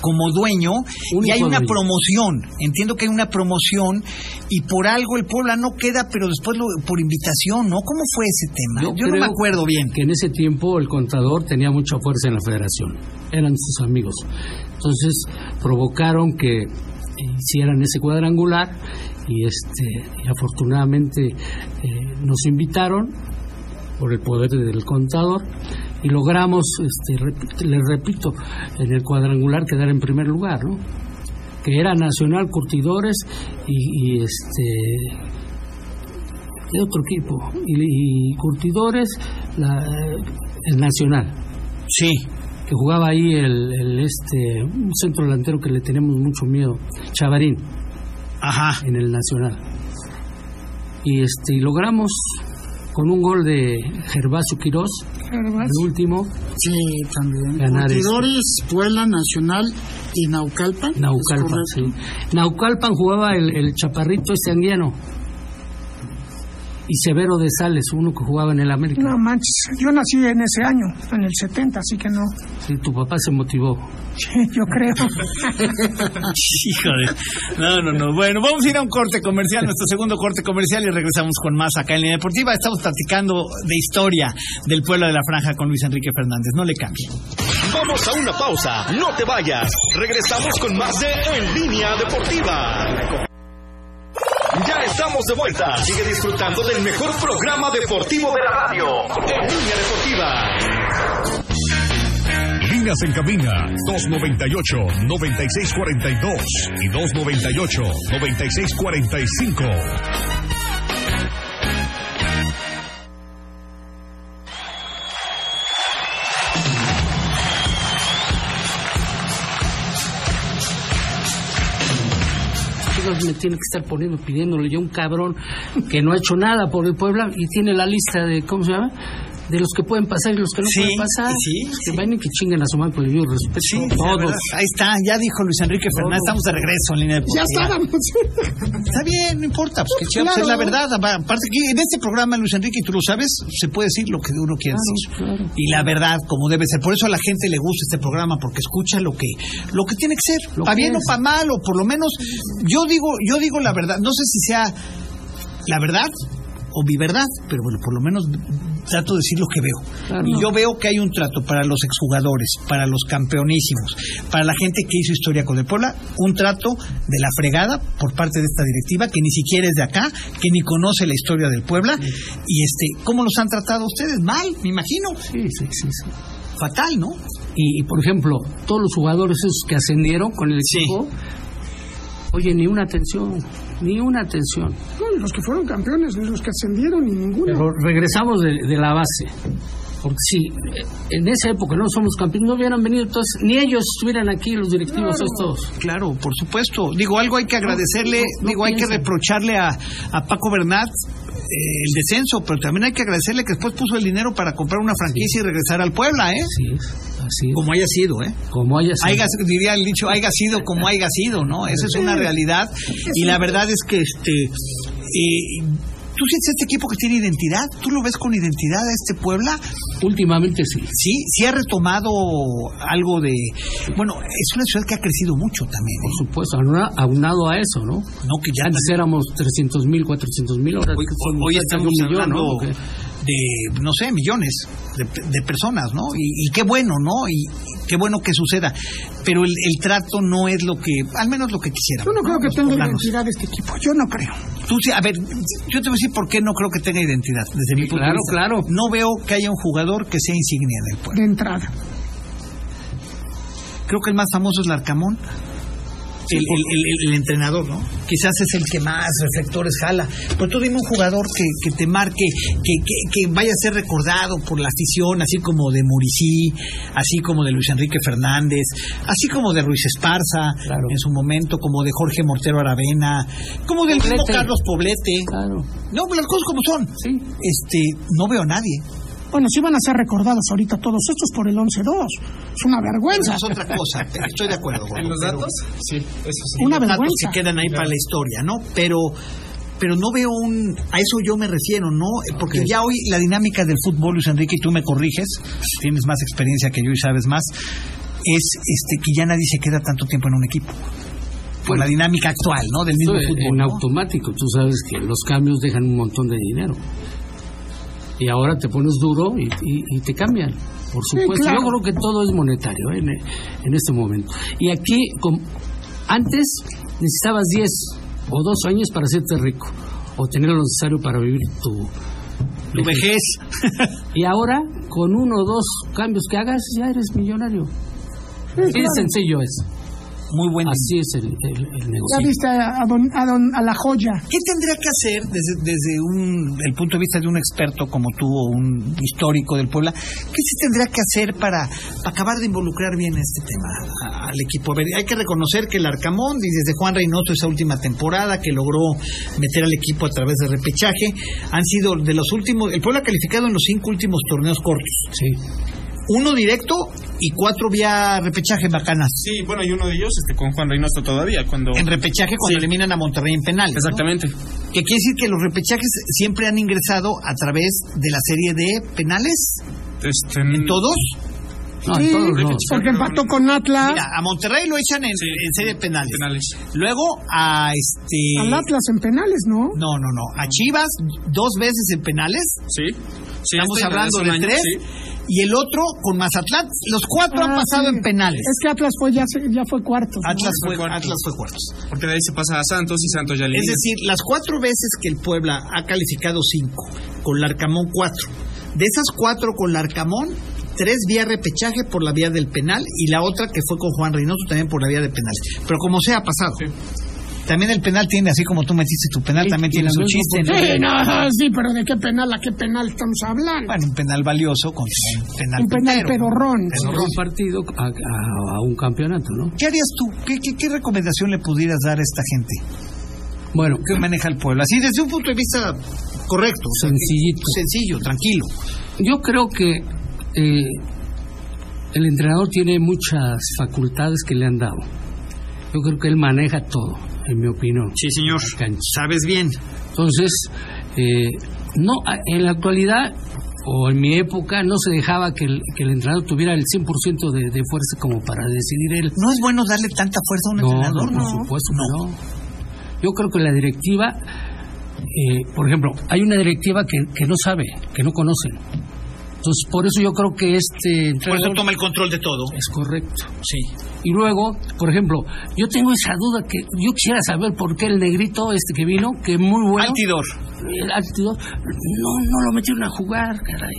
Speaker 3: como dueño. y
Speaker 4: Único
Speaker 3: hay una
Speaker 4: dueño.
Speaker 3: promoción. Entiendo que hay una promoción y por algo el Puebla no queda, pero después lo- por invitación, ¿no? ¿Cómo fue ese tema? Yo, no
Speaker 4: creo
Speaker 3: me acuerdo bien.
Speaker 4: Que en ese tiempo el contador tenía mucha fuerza en la federación, eran sus amigos. Entonces provocaron que hicieran ese cuadrangular y, este, y afortunadamente eh, nos invitaron por el poder del contador y logramos, este, rep- les repito, en el cuadrangular quedar en primer lugar, ¿no? que era Nacional Curtidores y, y, este de otro equipo y, y Curtidores la- eh, el Nacional
Speaker 3: Sí.
Speaker 4: que jugaba ahí el, el este un centro delantero que le tenemos mucho miedo Chavarín
Speaker 3: Ajá.
Speaker 4: en el Nacional y este y logramos con un gol de Gervasio Quirós el último
Speaker 5: sí, también.
Speaker 4: Ganar este.
Speaker 5: Curtidores, Puebla, Nacional y Naucalpan. ¿es
Speaker 4: Naucalpan
Speaker 5: correcto?
Speaker 4: sí. Naucalpan jugaba el, el chaparrito este anguiano y Severo de Sales uno que jugaba en el América
Speaker 7: No manches, yo nací en ese año, en el 70, así que no.
Speaker 4: Sí, tu papá se motivó
Speaker 7: Yo creo.
Speaker 3: Híjole. No, no, no. Bueno, vamos a ir a un corte comercial, nuestro segundo corte comercial y regresamos con más acá en Línea Deportiva. Estamos platicando de historia del pueblo de la Franja con Luis Enrique Fernández. No le cambie.
Speaker 2: Vamos a una pausa, no te vayas. Regresamos con más de En Línea Deportiva. Ya estamos de vuelta. Sigue disfrutando del mejor programa deportivo de la radio. En Línea Deportiva.
Speaker 8: Líneas en cabina 298-9642 y 298-9645.
Speaker 4: cosas me tiene que estar poniendo, pidiéndole yo a un cabrón que no ha hecho nada por el Puebla y tiene la lista de, ¿cómo se llama? De los que pueden pasar y los que no
Speaker 3: Sí,
Speaker 4: pueden pasar.
Speaker 3: sí,
Speaker 4: que vayan y que chinguen a su madre, pues yo respeto
Speaker 3: Sí,
Speaker 4: a
Speaker 3: la
Speaker 4: todos.
Speaker 3: verdad. ahí está, ya dijo Luis Enrique Fernández, estamos de regreso en línea
Speaker 7: Ya
Speaker 3: deportiva.
Speaker 7: estábamos.
Speaker 3: Está bien, no importa, pues qué chido, pues, es
Speaker 7: Claro.
Speaker 3: la verdad. Aparte que en este programa, Luis Enrique, y tú lo sabes, se puede decir lo que uno quiere decir. Y la verdad, como debe ser. Por eso a la gente le gusta este programa, porque escucha lo que, lo que tiene que ser,
Speaker 4: Lo
Speaker 3: para
Speaker 4: que
Speaker 3: bien o
Speaker 4: es.
Speaker 3: para mal, o por lo menos, yo digo, yo digo la verdad, no sé si sea la verdad o mi verdad, pero bueno, por lo menos trato de decir lo que veo.
Speaker 4: Claro.
Speaker 3: Y yo veo que hay un trato para los exjugadores, para los campeonísimos, para la gente que hizo historia con el Puebla, un trato de la fregada por parte de esta directiva que ni siquiera es de acá, que ni conoce la historia del Puebla y este, ¿cómo los han tratado ustedes? Mal, me imagino,
Speaker 4: Sí, sí, sí, sí.
Speaker 3: fatal, ¿no?
Speaker 4: Y, y, por ejemplo, todos los jugadores esos que ascendieron con el
Speaker 3: Sí.
Speaker 4: equipo, oye, ni una atención, ni una atención.
Speaker 7: No, ni los que fueron campeones, ni los que ascendieron, ni ninguno.
Speaker 4: Pero regresamos de, de la base. Porque si eh, en esa época no somos campeones, no hubieran venido todos, ni ellos estuvieran aquí, los directivos estos.
Speaker 3: Claro, por supuesto. Digo, algo hay que agradecerle,
Speaker 4: no, no
Speaker 3: digo, hay que
Speaker 4: piensan.
Speaker 3: reprocharle a, a Paco Bernat eh, el descenso, pero también hay que agradecerle que después puso el dinero para comprar una franquicia y regresar al Puebla, ¿eh?
Speaker 4: Así es, así es.
Speaker 3: Como haya sido, ¿eh?
Speaker 4: Como haya sido.
Speaker 3: Haiga- diría el dicho, haya sido como haya sido, ¿no? Esa es una realidad. Y la verdad es que este. eh, ¿Tú sientes este equipo que tiene identidad? ¿Tú lo ves con identidad a este Puebla?
Speaker 4: Últimamente sí.
Speaker 3: Sí, sí ha retomado algo de... Bueno, es una ciudad que ha crecido mucho también.
Speaker 4: Por
Speaker 3: ¿eh?
Speaker 4: supuesto, auna- aunado a eso, ¿no?
Speaker 3: No, que ya
Speaker 4: Antes éramos 300 mil, 400 mil, ahora
Speaker 3: Hoy,
Speaker 4: son
Speaker 3: hoy
Speaker 4: cerca de
Speaker 3: estamos
Speaker 4: un millón,
Speaker 3: hablando
Speaker 4: ¿no? Porque
Speaker 3: de, no sé, millones de, de personas, ¿no? Y, y qué bueno, ¿no? Y qué bueno que suceda. Pero el, el trato no es lo que, al menos lo que quisiera.
Speaker 7: Yo no creo que
Speaker 3: Los
Speaker 7: tenga
Speaker 3: poblanos.
Speaker 7: identidad este equipo, yo no creo.
Speaker 3: Tú sí, a ver, yo te voy a decir por qué no creo que tenga identidad, desde mi punto de
Speaker 4: claro,
Speaker 3: vista.
Speaker 4: claro.
Speaker 3: No veo que haya un jugador que sea insignia del pueblo.
Speaker 7: De entrada.
Speaker 3: Creo que el más famoso es Larcamón. El, el- el- el- el entrenador, ¿no? Quizás es el que más reflectores jala. Pero tú dime un jugador que, que te marque, que, que- que vaya a ser recordado por la afición, así como de Muricí, así como de Luis Enrique Fernández, así como de Ruiz Esparza
Speaker 4: Claro.
Speaker 3: en su momento, como de Jorge Mortero Aravena, como del mismo
Speaker 4: Poblete.
Speaker 3: Carlos Poblete.
Speaker 4: Claro,
Speaker 3: No, las cosas como son.
Speaker 4: sí.
Speaker 3: Este, no veo a nadie.
Speaker 7: Bueno, sí van a ser recordados ahorita todos estos por el 11-2. Es una vergüenza.
Speaker 3: Esa es otra cosa. Estoy de acuerdo. Gordo,
Speaker 6: ¿En los
Speaker 3: pero-
Speaker 6: datos? Sí, eso sí.
Speaker 7: Una
Speaker 3: Los datos
Speaker 7: vergüenza.
Speaker 3: que quedan ahí para la historia, ¿no? Pero pero no veo un a eso yo me refiero, ¿no? Porque ya hoy la dinámica del fútbol, Luis Enrique, y tú me corriges, tienes más experiencia que yo y sabes más, es este que ya nadie se queda tanto tiempo en un equipo. Por la dinámica actual, ¿no? Del mismo
Speaker 4: Pues, Esto en-
Speaker 3: fútbol.
Speaker 4: eh, en
Speaker 3: ¿no?
Speaker 4: automático, tú sabes que los cambios dejan un montón de dinero. Y ahora te pones duro y, y- y te cambian. Por supuesto,
Speaker 7: claro.
Speaker 4: yo creo que todo es monetario ¿eh? en, en este momento. Y aquí, com- antes necesitabas 10 o 2 años para hacerte rico o tener lo necesario para vivir tu,
Speaker 3: Tu vejez.
Speaker 4: Y ahora, con uno o dos cambios que hagas, ya eres millonario. Así de sencillo es.
Speaker 3: Muy buena.
Speaker 4: Así es el, el- el
Speaker 7: Ya
Speaker 4: negocio.
Speaker 7: viste a, a don, a, don- a la joya.
Speaker 3: ¿Qué tendría que hacer desde, desde un, el punto de vista de un experto como tú o un histórico del Puebla? ¿Qué se tendría que hacer para, para acabar de involucrar bien este tema a- al equipo? A ver, hay que reconocer que el Arcamón, y desde Juan Reynoso esa última temporada que logró meter al equipo a través de repechaje, han sido de los últimos, el Puebla ha calificado en los cinco últimos torneos cortos,
Speaker 4: Sí.
Speaker 3: uno directo y cuatro vía repechaje bacanas.
Speaker 6: Sí, bueno, y uno de ellos este, con Juan Reynoso todavía, cuando...
Speaker 3: En repechaje cuando
Speaker 6: Sí.
Speaker 3: eliminan a Monterrey en penales. ¿no?
Speaker 6: Exactamente.
Speaker 3: Que quiere decir que los repechajes siempre han ingresado a través de la serie de penales,
Speaker 6: Este,
Speaker 3: en todos.
Speaker 4: No,
Speaker 7: Sí,
Speaker 4: todos no.
Speaker 7: porque empató con Atlas.
Speaker 3: Mira, a Monterrey lo echan en,
Speaker 6: Sí.
Speaker 3: en serie de penales.
Speaker 6: Penales.
Speaker 3: Luego a este.
Speaker 7: Al Atlas en penales, ¿no?
Speaker 3: No, no, no. A Chivas dos veces en penales.
Speaker 6: Sí. sí
Speaker 3: Estamos
Speaker 6: este,
Speaker 3: hablando
Speaker 6: hace un
Speaker 3: de
Speaker 6: año,
Speaker 3: tres.
Speaker 6: sí.
Speaker 3: Y el otro con Mazatlán. Los cuatro han
Speaker 7: Ah,
Speaker 3: pasado
Speaker 7: sí.
Speaker 3: en penales.
Speaker 7: Es que Atlas fue ya, se- ya fue cuarto. ¿no?
Speaker 3: Atlas fue,
Speaker 6: Fue cuarto.
Speaker 3: Atlas fue cuartos.
Speaker 6: Porque de ahí se pasa a Santos y Santos ya le
Speaker 3: Es decir, las cuatro veces que el Puebla ha calificado cinco, con Larcamón cuatro. De esas cuatro con Larcamón, tres vía repechaje por la vía del penal y la otra que fue con Juan Reynoso también por la vía de penales. Pero como sea, ha pasado. También el penal tiene, así como tú metiste tu penal,
Speaker 4: Sí,
Speaker 3: también
Speaker 4: y
Speaker 3: tiene su
Speaker 4: luego,
Speaker 3: chiste. ¿no?
Speaker 7: Sí, no, sí, pero ¿de qué penal a qué penal estamos hablando?
Speaker 3: Bueno, un penal valioso con un penal,
Speaker 7: Un penal
Speaker 3: pitero.
Speaker 7: pedorrón.
Speaker 3: Pedorrón.
Speaker 4: un partido a, a- a un campeonato, ¿no?
Speaker 3: ¿Qué harías tú? ¿Qué, qué, qué recomendación le pudieras dar a esta gente?
Speaker 4: Bueno,
Speaker 3: que maneja el pueblo. Así, desde un punto de vista correcto. o sea, que-
Speaker 4: Sencillito.
Speaker 3: Sencillo, tranquilo.
Speaker 4: yo creo que eh, el entrenador tiene muchas facultades que le han dado. Yo creo que él maneja todo, en mi opinión.
Speaker 3: Sí, señor.
Speaker 4: La cancha.
Speaker 3: Sabes bien.
Speaker 4: Entonces, eh, no, a- en la actualidad o en mi época no se dejaba que el, que el entrenador tuviera el 100% de, de fuerza como para decidir él.
Speaker 3: No es bueno darle tanta fuerza a un entrenador,
Speaker 4: por
Speaker 3: ¿no?
Speaker 4: supuesto que no. Yo creo que la directiva, eh, por ejemplo, hay una directiva que, que no sabe, que no conocen. Entonces, por eso yo creo que este
Speaker 3: Por eso
Speaker 4: entrenador
Speaker 3: toma el control de todo.
Speaker 4: es correcto.
Speaker 3: Sí.
Speaker 4: Y luego, por ejemplo, yo tengo esa duda que yo quisiera saber por qué el negrito este que vino, que muy bueno,
Speaker 3: Altidor.
Speaker 4: el altidor, no, no lo metieron a jugar, caray.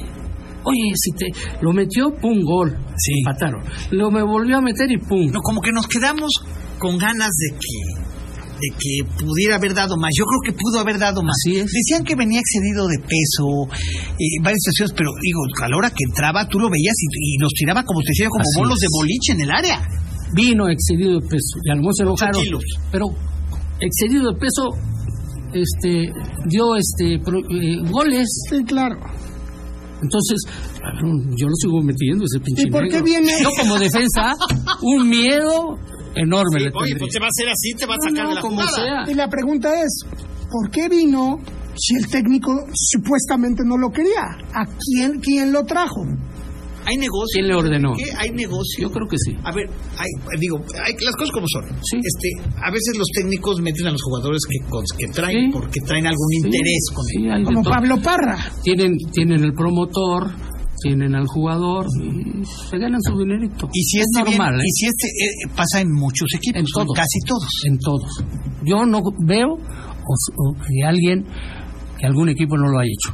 Speaker 4: Oye, si te lo metió, pum, gol.
Speaker 3: Sí.
Speaker 4: Empataron. Lo me volvió a meter y pum.
Speaker 3: No, como que nos quedamos con ganas de que de que pudiera haber dado más. Yo creo que pudo haber dado más.
Speaker 4: Así es.
Speaker 3: Decían que venía excedido de peso, eh, varias situaciones, pero digo, a la hora que entraba tú lo veías y, y los tiraba como te decía yo, como
Speaker 4: Así
Speaker 3: bolos
Speaker 4: es.
Speaker 3: de boliche en el área.
Speaker 4: vino excedido de peso y a lo mejor se enojaron
Speaker 3: kilos.
Speaker 4: pero excedido de peso este dio este pro- eh, goles
Speaker 7: Sí, claro.
Speaker 4: entonces cabrón, yo lo sigo metiendo ese pinche
Speaker 7: ¿Y por qué
Speaker 4: negro.
Speaker 7: viene?
Speaker 4: yo como defensa un miedo enorme le tendría.
Speaker 3: va a hacer así, pues te va a
Speaker 4: No, no, como sea
Speaker 7: Y la pregunta es, ¿por qué vino si el técnico supuestamente no lo quería? ¿A quién, quién lo trajo?
Speaker 3: Pues Hay negocio.
Speaker 4: quién le ordenó
Speaker 3: ¿Qué? Ah, Hay negocio.
Speaker 4: yo creo que sí
Speaker 3: A ver, hay- digo, hay, las cosas como son.
Speaker 4: Sí.
Speaker 3: Este, a veces los técnicos meten a los jugadores que, con- que traen
Speaker 4: Sí.
Speaker 3: porque traen algún
Speaker 4: Sí,
Speaker 3: interés con
Speaker 4: sí, hay de
Speaker 7: Como
Speaker 4: todo.
Speaker 7: Pablo Parra.
Speaker 4: tienen tienen el promotor tienen al jugador y se ganan su dinerito
Speaker 3: Y si este bien-
Speaker 4: normal ¿eh?
Speaker 3: y si este eh, pasa en muchos equipos,
Speaker 4: En
Speaker 3: con
Speaker 4: todos.
Speaker 3: casi todos.
Speaker 4: en todos. Yo no veo o, o que alguien, que algún equipo no lo haya hecho.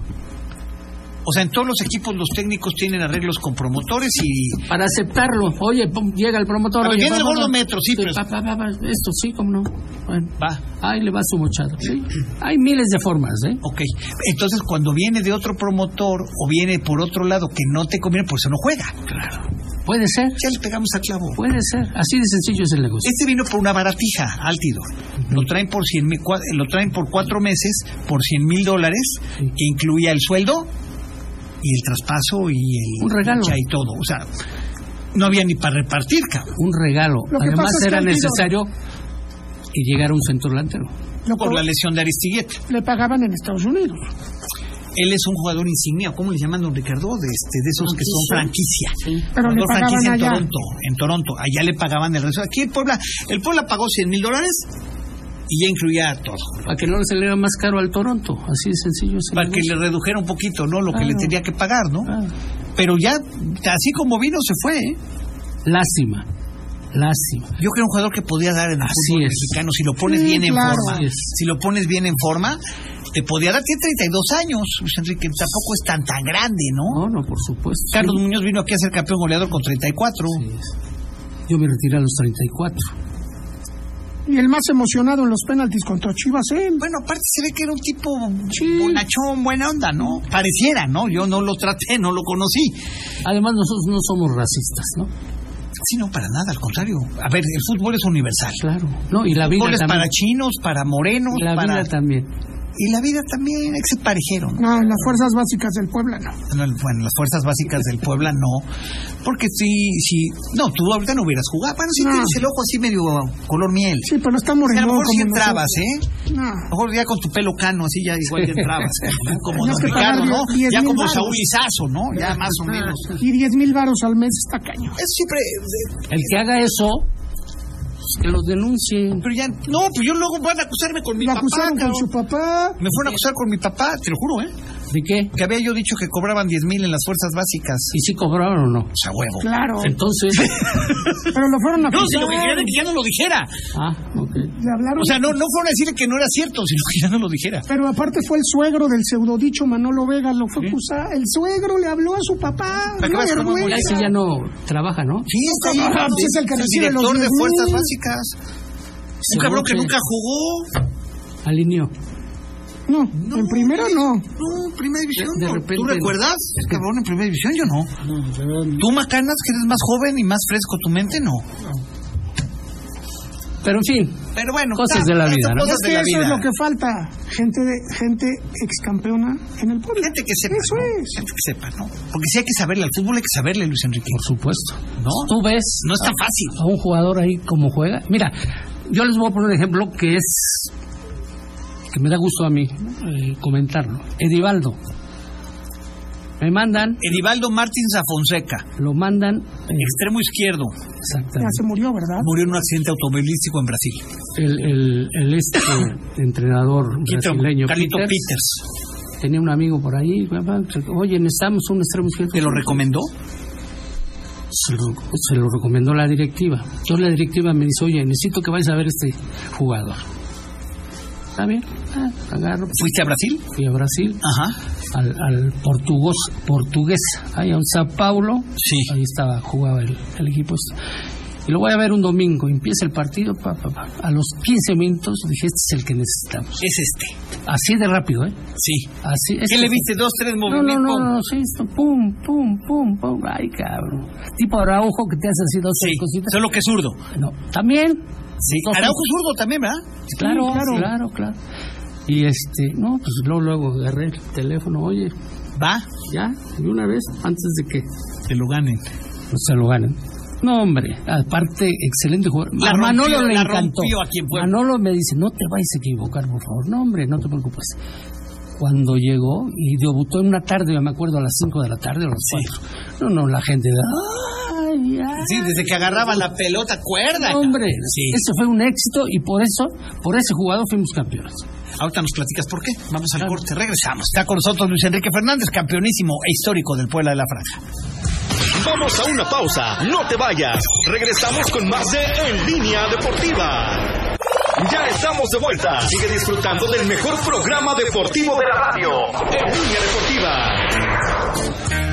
Speaker 3: O sea, en todos los equipos los técnicos tienen arreglos con promotores y
Speaker 4: Para aceptarlo, oye, pum, llega el promotor.
Speaker 3: Pero
Speaker 4: oye,
Speaker 3: viene el
Speaker 4: vamos,
Speaker 3: gordo
Speaker 4: vamos.
Speaker 3: metro, sí, pero-
Speaker 4: pa, pa, pa, pa, esto sí, como no. Bueno,
Speaker 3: va.
Speaker 4: ahí le va su mochada. sí. Hay miles de formas, ¿eh?
Speaker 3: Ok, entonces cuando viene de otro promotor o viene por otro lado que no te conviene, por eso no juega. Claro.
Speaker 4: Puede ser,
Speaker 3: Ya le pegamos a clavo.
Speaker 4: puede ser. Así de sencillo es el negocio.
Speaker 3: Este vino por una baratija, Altidor. Lo traen por cien mil, cua- lo traen por cuatro meses, por 100 mil dólares,
Speaker 4: Sí.
Speaker 3: que incluía el sueldo y el traspaso y el
Speaker 4: Un regalo.
Speaker 3: hincha y todo. O sea, no había ni para repartir, cabrón.
Speaker 4: Un regalo.
Speaker 7: Lo que
Speaker 4: Además
Speaker 7: pasa es que
Speaker 4: era
Speaker 7: al tiro-
Speaker 4: necesario que llegara un centro delantero.
Speaker 7: Lo
Speaker 3: Por
Speaker 7: co-
Speaker 3: la lesión de Aristigueta.
Speaker 7: le pagaban en Estados Unidos.
Speaker 3: Él es un jugador insignia, ¿cómo le llaman, don Ricardo? De, este, de esos que son franquicia.
Speaker 7: Pero le
Speaker 3: Jugador
Speaker 7: pagaban
Speaker 3: franquicia en
Speaker 7: allá.
Speaker 3: Toronto. En Toronto. Allá le pagaban el resto. Aquí en Puebla, el Puebla pagó 100 mil dólares y ya incluía todo.
Speaker 4: Para que no se le haga más caro al Toronto. Así de sencillo es el
Speaker 3: Para que
Speaker 4: negocio.
Speaker 3: le redujera un poquito, ¿no? Lo que le
Speaker 4: Claro.
Speaker 3: tenía que pagar, ¿no?
Speaker 4: Ah.
Speaker 3: Pero ya, así como vino, se fue. ¿eh?
Speaker 4: Lástima, lástima.
Speaker 3: Yo creo que era un jugador que podía dar en el
Speaker 4: Así
Speaker 3: fútbol
Speaker 4: es.
Speaker 3: mexicano. Si lo pones
Speaker 7: Sí,
Speaker 3: bien en
Speaker 7: claro.
Speaker 4: Así
Speaker 3: forma,
Speaker 4: es.
Speaker 3: si lo pones bien en forma, te podía dar. Tiene 32 años, Luis Enrique. Tampoco es tan, tan grande, ¿no?
Speaker 4: No, no, por supuesto.
Speaker 3: Carlos Muñoz vino aquí a ser campeón goleador con 34.
Speaker 4: Así es. Yo me retiré a los 34.
Speaker 7: Y el más emocionado en los penaltis contra Chivas, él.
Speaker 3: Bueno, aparte se ve que era un tipo
Speaker 7: Sí.
Speaker 3: bonachón, buena onda, ¿no? Pareciera, ¿no? Yo no lo traté, no lo conocí.
Speaker 4: Además, nosotros no somos racistas, ¿no?
Speaker 3: Sí, no, para nada, al contrario. A ver, el fútbol es universal.
Speaker 4: Claro. No, y la vida
Speaker 3: fútbol es
Speaker 4: también.
Speaker 3: para chinos, para morenos,
Speaker 4: la
Speaker 3: para...
Speaker 4: vida también.
Speaker 3: Y la vida también, hay que ser parejero, ¿no?
Speaker 7: No, en las fuerzas básicas del Puebla, no.
Speaker 3: No, el- Bueno, las fuerzas básicas del Puebla no. Porque sí, sí. No, tú ahorita no hubieras jugado. Bueno, si
Speaker 7: No.
Speaker 3: tienes el ojo así medio color miel.
Speaker 7: Sí, pero está
Speaker 3: O sea, Pues a
Speaker 7: moribundo.
Speaker 3: lo mejor sí
Speaker 7: como
Speaker 3: entrabas,
Speaker 7: nosotros.
Speaker 3: ¿eh?
Speaker 7: No.
Speaker 3: A lo mejor ya con tu pelo cano, así ya igual ya entrabas. ¿no? Como
Speaker 7: Tenías
Speaker 3: don
Speaker 7: que pagar
Speaker 3: Ricardo, ¿no?
Speaker 7: diez- diez
Speaker 3: Ya
Speaker 7: mil
Speaker 3: como
Speaker 7: varos.
Speaker 3: Saúl Izazo, ¿no? Ya más o menos.
Speaker 7: Y 10 mil varos al mes está caño.
Speaker 3: Eso siempre. eh,
Speaker 4: El que haga eso, pues, que lo denuncien.
Speaker 3: Pero ya. No, pues yo luego van a acusarme con mi
Speaker 7: Lo
Speaker 3: papá.
Speaker 7: acusaron con
Speaker 3: cabrón.
Speaker 7: su papá.
Speaker 3: Me fueron a acusar con mi papá, te lo juro, ¿eh?
Speaker 4: ¿De qué?
Speaker 3: Que había yo dicho que cobraban 10 mil en las fuerzas básicas.
Speaker 4: ¿Y si cobraron o no?
Speaker 3: O sea, huevo.
Speaker 7: Claro.
Speaker 4: Entonces.
Speaker 7: Pero lo fueron a
Speaker 3: No, si
Speaker 7: acusar.
Speaker 3: lo que quería era que ya no lo dijera.
Speaker 4: ah, ok.
Speaker 7: Le hablaron.
Speaker 3: O sea, no, no fueron a decirle que no era cierto, sino que ya no lo dijera.
Speaker 7: pero aparte fue el suegro del pseudodicho Manolo Vega, lo fue a acusar. El suegro le habló a su papá.
Speaker 3: Para que
Speaker 7: No,
Speaker 3: veas cómo
Speaker 7: vergüenza.
Speaker 4: Ya ese ya no trabaja, ¿no?
Speaker 3: Sí, está ahí.
Speaker 7: Ah, pues es el que recibe los
Speaker 3: director de
Speaker 7: 10,000.
Speaker 3: fuerzas básicas. Un cabrón que nunca jugó.
Speaker 4: Alineó.
Speaker 7: No, en primera no.
Speaker 3: No, en primera división.
Speaker 4: De- de
Speaker 3: no.
Speaker 4: repente
Speaker 3: ¿Tú
Speaker 4: no.
Speaker 3: recuerdas? Es cabrón en primera división, yo no. Tú, Macanas, que eres más joven y más fresco tu mente, no.
Speaker 4: Pero en fin,
Speaker 3: Pero bueno,
Speaker 4: Cosas
Speaker 3: está,
Speaker 4: de la
Speaker 3: son
Speaker 4: vida, ¿no?
Speaker 3: Cosas
Speaker 7: Es
Speaker 3: de
Speaker 7: que
Speaker 3: la
Speaker 7: eso es
Speaker 3: vida.
Speaker 7: lo que falta. Gente, de, gente ex campeona en el pueblo.
Speaker 3: Gente que sepa,
Speaker 7: Eso
Speaker 3: ¿no?
Speaker 7: es.
Speaker 3: Gente que sepa, ¿no? Porque si hay que saberle, al fútbol hay que saberle, Luis Enrique.
Speaker 4: por supuesto.
Speaker 3: ¿No?
Speaker 4: Tú ves
Speaker 3: No es tan
Speaker 4: a-
Speaker 3: fácil.
Speaker 4: a un jugador ahí como juega. Mira, yo les voy a poner un ejemplo que es que me da gusto a mí eh, comentarlo. Edivaldo. Me mandan,
Speaker 3: Edivaldo Martins a Fonseca,
Speaker 4: lo mandan eh,
Speaker 3: extremo izquierdo,
Speaker 7: Ya
Speaker 4: exactamente.
Speaker 7: se murió, ¿verdad?
Speaker 3: murió en un accidente automovilístico en Brasil.
Speaker 4: El, el, el este entrenador
Speaker 3: Quito,
Speaker 4: brasileño
Speaker 3: Carlito
Speaker 4: Peters,
Speaker 3: Peters.
Speaker 4: tenía un amigo por ahí, oye, necesitamos un extremo izquierdo.
Speaker 3: ¿Te lo recomendó?
Speaker 4: se lo, se lo recomendó la directiva. Entonces la directiva me dice, oye, necesito que vayas a ver este jugador. Está bien, Ah, agarro,
Speaker 3: ¿Fuiste a Brasil?
Speaker 4: fui a Brasil,
Speaker 3: Ajá.
Speaker 4: al, al portugués, portugués, ahí a un Sao Paulo,
Speaker 3: Sí.
Speaker 4: ahí estaba, jugaba el, el equipo. este. Y lo voy a ver un domingo, empieza el partido, pa, pa, pa. a los 15 minutos dije, este es el que necesitamos.
Speaker 3: Es este.
Speaker 4: Así de rápido, ¿eh?
Speaker 3: Sí.
Speaker 4: Así,
Speaker 3: ¿Qué
Speaker 4: este
Speaker 3: le
Speaker 4: es-
Speaker 3: viste? Dos, tres
Speaker 4: no,
Speaker 3: movimientos.
Speaker 4: no, no, no, sí, esto, pum, pum, pum, pum, ay, cabrón. Tipo Araujo que te hace así dos
Speaker 3: Sí,
Speaker 4: tres cositas.
Speaker 3: solo que es zurdo.
Speaker 4: No, también.
Speaker 3: Sí.
Speaker 4: Dos,
Speaker 3: Araujo es zurdo también, ¿verdad?
Speaker 4: tres. Claro, claro, claro, claro. Y este, no, pues luego, luego agarré el teléfono, oye,
Speaker 3: Va,
Speaker 4: ya, de una vez, antes de que
Speaker 3: se lo ganen.
Speaker 4: pues, se lo ganen. No, hombre, aparte, excelente jugador.
Speaker 3: La
Speaker 4: a
Speaker 3: rompió,
Speaker 4: Manolo le
Speaker 3: la
Speaker 4: encantó.
Speaker 3: rompió aquí en Puebla.
Speaker 4: Manolo me dice, no te vayas a equivocar, por favor. No, hombre, no te preocupes. Cuando llegó y debutó en una tarde, yo me acuerdo, a las 5 de la tarde o a las 4. No, no, la gente da. Ay, ay,
Speaker 3: Sí, desde que agarraba la pelota, cuerda.
Speaker 4: Ah, No, hombre,
Speaker 3: Sí.
Speaker 4: eso fue un éxito y por eso, por ese jugador fuimos campeones.
Speaker 3: Ahorita nos platicas por qué. Vamos al corte, regresamos. Está con nosotros Luis Enrique Fernández, campeonísimo e histórico del Puebla de la Franja.
Speaker 2: Vamos a una pausa, no te vayas. Regresamos con más de En Línea Deportiva. Ya estamos de vuelta. Sigue disfrutando del mejor programa deportivo de la radio. En Línea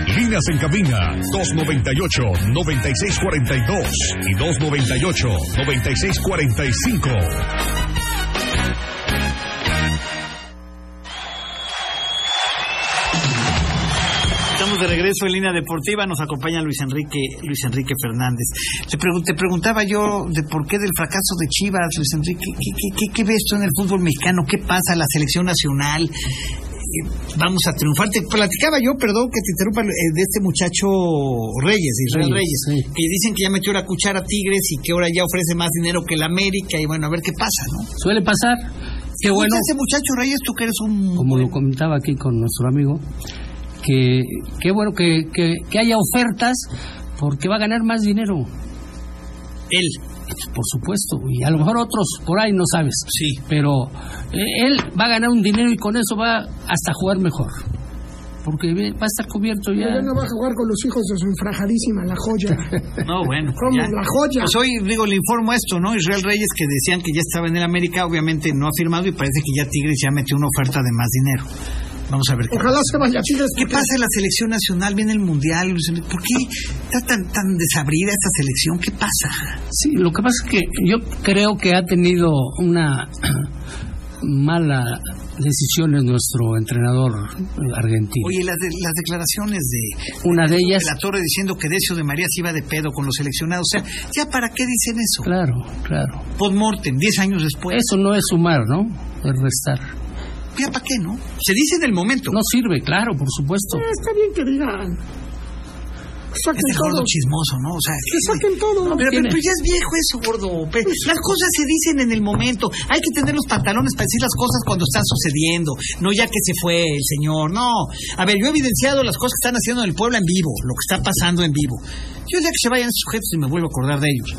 Speaker 2: Deportiva.
Speaker 8: Líneas en cabina 298-9642 y 298-9645.
Speaker 3: Estamos de regreso en línea deportiva. Nos acompaña Luis Enrique, Luis Enrique Fernández. Te, pregun- te preguntaba yo de por qué del fracaso de Chivas, Luis Enrique. ¿Qué, qué, qué- qué ves tú en el fútbol mexicano? ¿Qué pasa? La selección nacional. Eh, Vamos a triunfar. Te platicaba yo, perdón que te interrumpa, eh, de este muchacho Reyes, Israel Reyes,
Speaker 4: Reyes, sí.
Speaker 3: que dicen que ya metió la cuchara a Tigres y que ahora ya ofrece más dinero que el América. Y bueno, a ver qué pasa, ¿no?
Speaker 4: Suele pasar. Qué bueno,
Speaker 3: Dice ese muchacho Reyes, tú que eres un...
Speaker 4: como lo comentaba aquí con nuestro amigo, que qué bueno que, que, que haya ofertas porque va a ganar más dinero,
Speaker 3: Él.
Speaker 4: por supuesto, y a lo mejor otros por ahí no sabes.
Speaker 3: Sí.
Speaker 4: Pero eh, él va a ganar un dinero y con eso va hasta a jugar mejor. Porque ve- va a estar cubierto ya.
Speaker 7: Ya no va a jugar con los hijos de su enfrajadísima, la joya.
Speaker 3: No, bueno.
Speaker 7: ¿Cómo?
Speaker 3: ya.
Speaker 7: La joya.
Speaker 3: Pues hoy, digo, le informo esto, ¿no? Israel Reyes, que decían que ya estaba en el América, obviamente no ha firmado y parece que ya Tigres ya metió una oferta de más dinero. Vamos a ver qué
Speaker 7: Ojalá se vaya a Chivas.
Speaker 3: ¿Qué pasa en la selección nacional? Viene el mundial. Luis Enrique. ¿Por qué está tan, tan desabrida esta selección? ¿Qué pasa?
Speaker 4: Sí, lo que pasa es que yo creo que ha tenido una mala decisión en nuestro entrenador argentino.
Speaker 3: Oye, las, de- las declaraciones de
Speaker 4: Una de ellas,
Speaker 3: de la Torre diciendo que Decio de María se iba de pedo con los seleccionados. O sea, ¿ya para qué dicen eso?
Speaker 4: claro, claro.
Speaker 3: Postmortem, 10 años después.
Speaker 4: Pues Eso no es sumar, ¿no? Es restar.
Speaker 3: ¿Ya para qué, no? Se dice en el momento.
Speaker 4: No sirve, claro, por supuesto.
Speaker 3: Eh,
Speaker 7: Ah, está bien que digan. Saquen
Speaker 3: Este gordo
Speaker 7: todo.
Speaker 3: chismoso, ¿no? O sea,
Speaker 7: Que saquen todo.
Speaker 3: pero, pero-
Speaker 4: tiene.
Speaker 3: pero ya es viejo eso, gordo. Pe-
Speaker 4: Pues,
Speaker 3: Las cosas se dicen en el momento. Hay que tener los pantalones para decir las cosas cuando están sucediendo. No ya que se fue el señor. No. A ver, yo he evidenciado las cosas que están haciendo en el pueblo en vivo, lo que está pasando en vivo. Yo el día que se vayan esos sujetos y me vuelvo a acordar de ellos.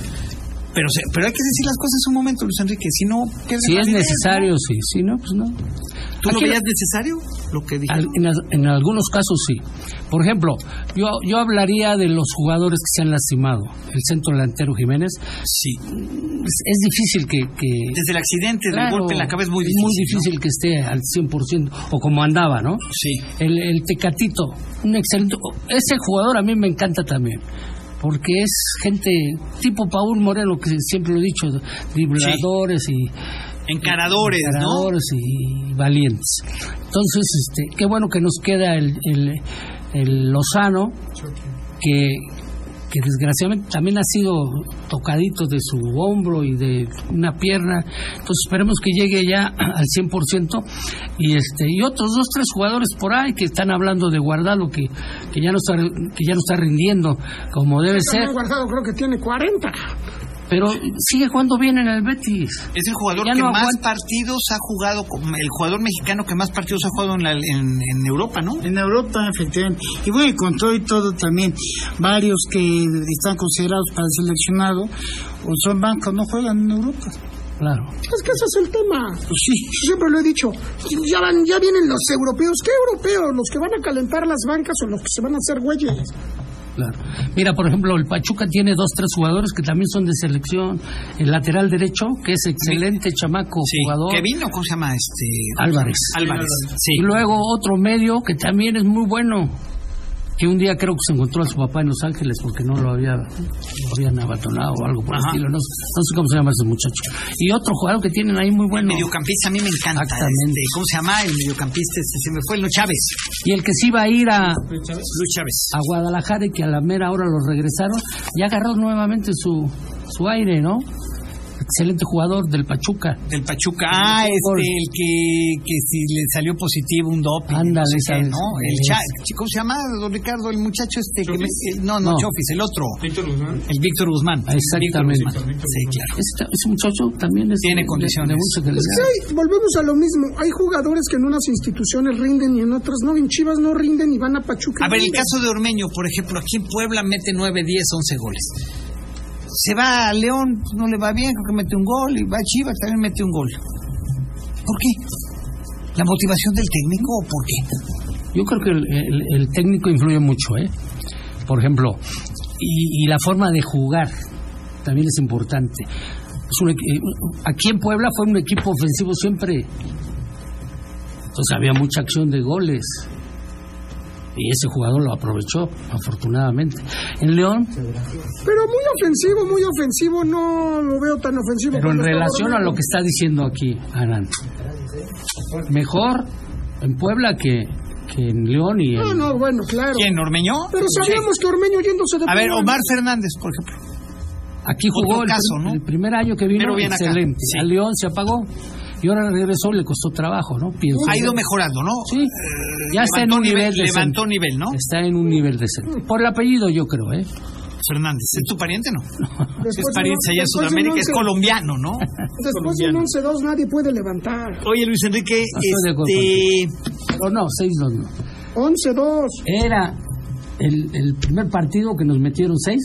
Speaker 3: Pero, se- pero hay que decir las cosas en un momento, Luis Enrique. Si no, pierdes
Speaker 4: Si
Speaker 3: la
Speaker 4: es
Speaker 3: idea,
Speaker 4: necesario, sí. Si no, pues no.
Speaker 3: ¿no? ¿Tú lo
Speaker 4: Aquí-
Speaker 3: veías necesario? Lo que dije.
Speaker 4: al- en, al- en algunos casos sí. Por ejemplo, yo, yo hablaría de los jugadores que se han lastimado. El centro delantero Jiménez,
Speaker 3: Sí.
Speaker 4: es, es difícil que- que,
Speaker 3: Desde el accidente, del
Speaker 4: Claro,
Speaker 3: golpe en la cabeza es muy difícil. ¿no?
Speaker 4: que esté al 100% o como andaba, ¿no?
Speaker 3: Sí.
Speaker 4: El, el Tecatito, un excelente. Ese jugador a mí me encanta también. Porque es gente tipo Paul Moreno, que siempre lo he dicho, dribladores y
Speaker 3: Encaradores, ¿no?
Speaker 4: encaradores y valientes. Entonces, este, qué bueno que nos queda el, el- el Lozano, que, que desgraciadamente también ha sido tocadito de su hombro y de una pierna. Entonces esperemos que llegue ya al 100% y este y otros dos tres jugadores por ahí que están hablando de Guardado que, que ya no está que ya no está rindiendo como debe ser,
Speaker 7: Guardado creo que tiene 40.
Speaker 4: pero sigue jugando bien en el Betis.
Speaker 3: Es el jugador
Speaker 4: Ya
Speaker 3: que
Speaker 4: no
Speaker 3: más
Speaker 4: aguanta.
Speaker 3: partidos ha jugado, con- el jugador mexicano que más partidos ha jugado en, la- en- en Europa, ¿no?
Speaker 5: En Europa, efectivamente. Y bueno, y con todo y todo también, varios que están considerados para el seleccionado o son bancos, no juegan en Europa.
Speaker 4: Claro.
Speaker 7: Es que ese es el tema.
Speaker 5: Pues sí,
Speaker 7: Yo siempre lo he dicho, pues ya, van, ya vienen los europeos. ¿Qué europeos? ¿Los que van a calentar las bancas o los que se van a hacer güeyes?
Speaker 4: Claro. Mira, por ejemplo, el Pachuca tiene dos, tres jugadores que también son de selección. El lateral derecho, que es excelente chamaco jugador. Ah,
Speaker 3: Que vino, ¿cómo se llama? Este,
Speaker 4: Álvarez.
Speaker 3: Álvarez. Sí.
Speaker 4: Y luego otro medio que también es muy bueno. Que un día creo que se encontró a su papá en Los Ángeles porque no lo había lo habían abandonado o algo por el
Speaker 3: Ajá.
Speaker 4: estilo. No, sé- no sé cómo se llama ese muchacho. Y otro jugador que tienen ahí muy bueno.
Speaker 3: Mediocampista, a mí me encanta.
Speaker 4: Exactamente.
Speaker 3: este, ¿Cómo se llama el mediocampista? Este, se me fue, el Chávez.
Speaker 4: Y el que sí iba a ir a,
Speaker 3: Luis Chávez.
Speaker 4: a Guadalajara y que a la mera hora lo regresaron, ya agarró nuevamente su, su aire, ¿no? Excelente jugador del Pachuca.
Speaker 3: Del Pachuca. Ah,
Speaker 4: Por-
Speaker 3: este, el que, que si le salió positivo un doping. no
Speaker 4: Ándale,
Speaker 3: sé qué,
Speaker 4: ¿sabes? Eh,
Speaker 3: ¿no? El Cha- ¿Cómo se llama, don Ricardo? El muchacho este. que me- eh, no, no,
Speaker 4: No.
Speaker 3: Chofis, el otro.
Speaker 6: Víctor Guzmán.
Speaker 3: El Víctor Guzmán.
Speaker 4: Exactamente.
Speaker 3: Víctor Guzmán. Sí, claro.
Speaker 4: Este- ese muchacho también es
Speaker 3: Tiene
Speaker 4: de-
Speaker 3: condiciones.
Speaker 4: de mucha calidad.
Speaker 7: Sí, hay- volvemos a lo mismo. Hay jugadores que en unas instituciones rinden y en otras no. En Chivas no rinden y van a Pachuca. y
Speaker 3: A ver, el
Speaker 7: rinden.
Speaker 3: caso de Ormeño, por ejemplo, aquí en Puebla mete 9, 10, 11 goles. Se va a León, no le va bien, creo que mete un gol, y va a Chivas, también mete un gol. ¿Por qué? ¿La motivación del técnico o por qué?
Speaker 4: Yo creo que el, el- el técnico influye mucho, ¿eh? Por ejemplo, y, y la forma de jugar también es importante. Es un equi- eh, aquí en Puebla fue un equipo ofensivo siempre. Entonces había mucha acción de goles. Y ese jugador lo aprovechó, afortunadamente. En León,
Speaker 7: Pero muy ofensivo, muy ofensivo. No lo veo tan ofensivo.
Speaker 4: pero en
Speaker 7: como está
Speaker 4: relación a
Speaker 7: Ormeño.
Speaker 4: lo que está diciendo aquí Arán, mejor en Puebla que, que en León y en,
Speaker 7: No, no, bueno, claro.
Speaker 3: ¿Quién, Ormeño?
Speaker 7: Pero sabíamos que Ormeño yéndose de
Speaker 3: A ver,
Speaker 7: Pumas.
Speaker 3: Omar Fernández, por ejemplo.
Speaker 4: Aquí jugó
Speaker 3: Otro
Speaker 4: el,
Speaker 3: caso,
Speaker 4: prim-
Speaker 3: ¿no?
Speaker 4: el primer año que vino,
Speaker 3: Pero bien acá,
Speaker 4: excelente.
Speaker 3: sí.
Speaker 4: A León se apagó y ahora regresó, le costó trabajo, ¿no? Pienso.
Speaker 3: Ha ido mejorando, ¿no?
Speaker 4: Sí, ya está en
Speaker 3: eh, Levantó
Speaker 4: un nivel, decente. Este.
Speaker 3: levantó nivel, ¿no?
Speaker 4: Está en un nivel decente. Por el apellido, yo creo, ¿eh?
Speaker 3: Fernández, ¿es tu pariente, no?
Speaker 7: Después
Speaker 4: Pues,
Speaker 3: es
Speaker 7: de
Speaker 3: pariente
Speaker 7: un-
Speaker 3: allá en
Speaker 7: después de un
Speaker 3: Sudamérica, es
Speaker 7: once-
Speaker 3: colombiano, ¿no?
Speaker 7: Después de un 11-2 nadie puede levantar.
Speaker 3: Oye, Luis Enrique,
Speaker 4: de acuerdo
Speaker 3: este...
Speaker 4: Pero no, 6-2 no.
Speaker 7: 11-2.
Speaker 4: Era el, el primer partido que nos metieron 6.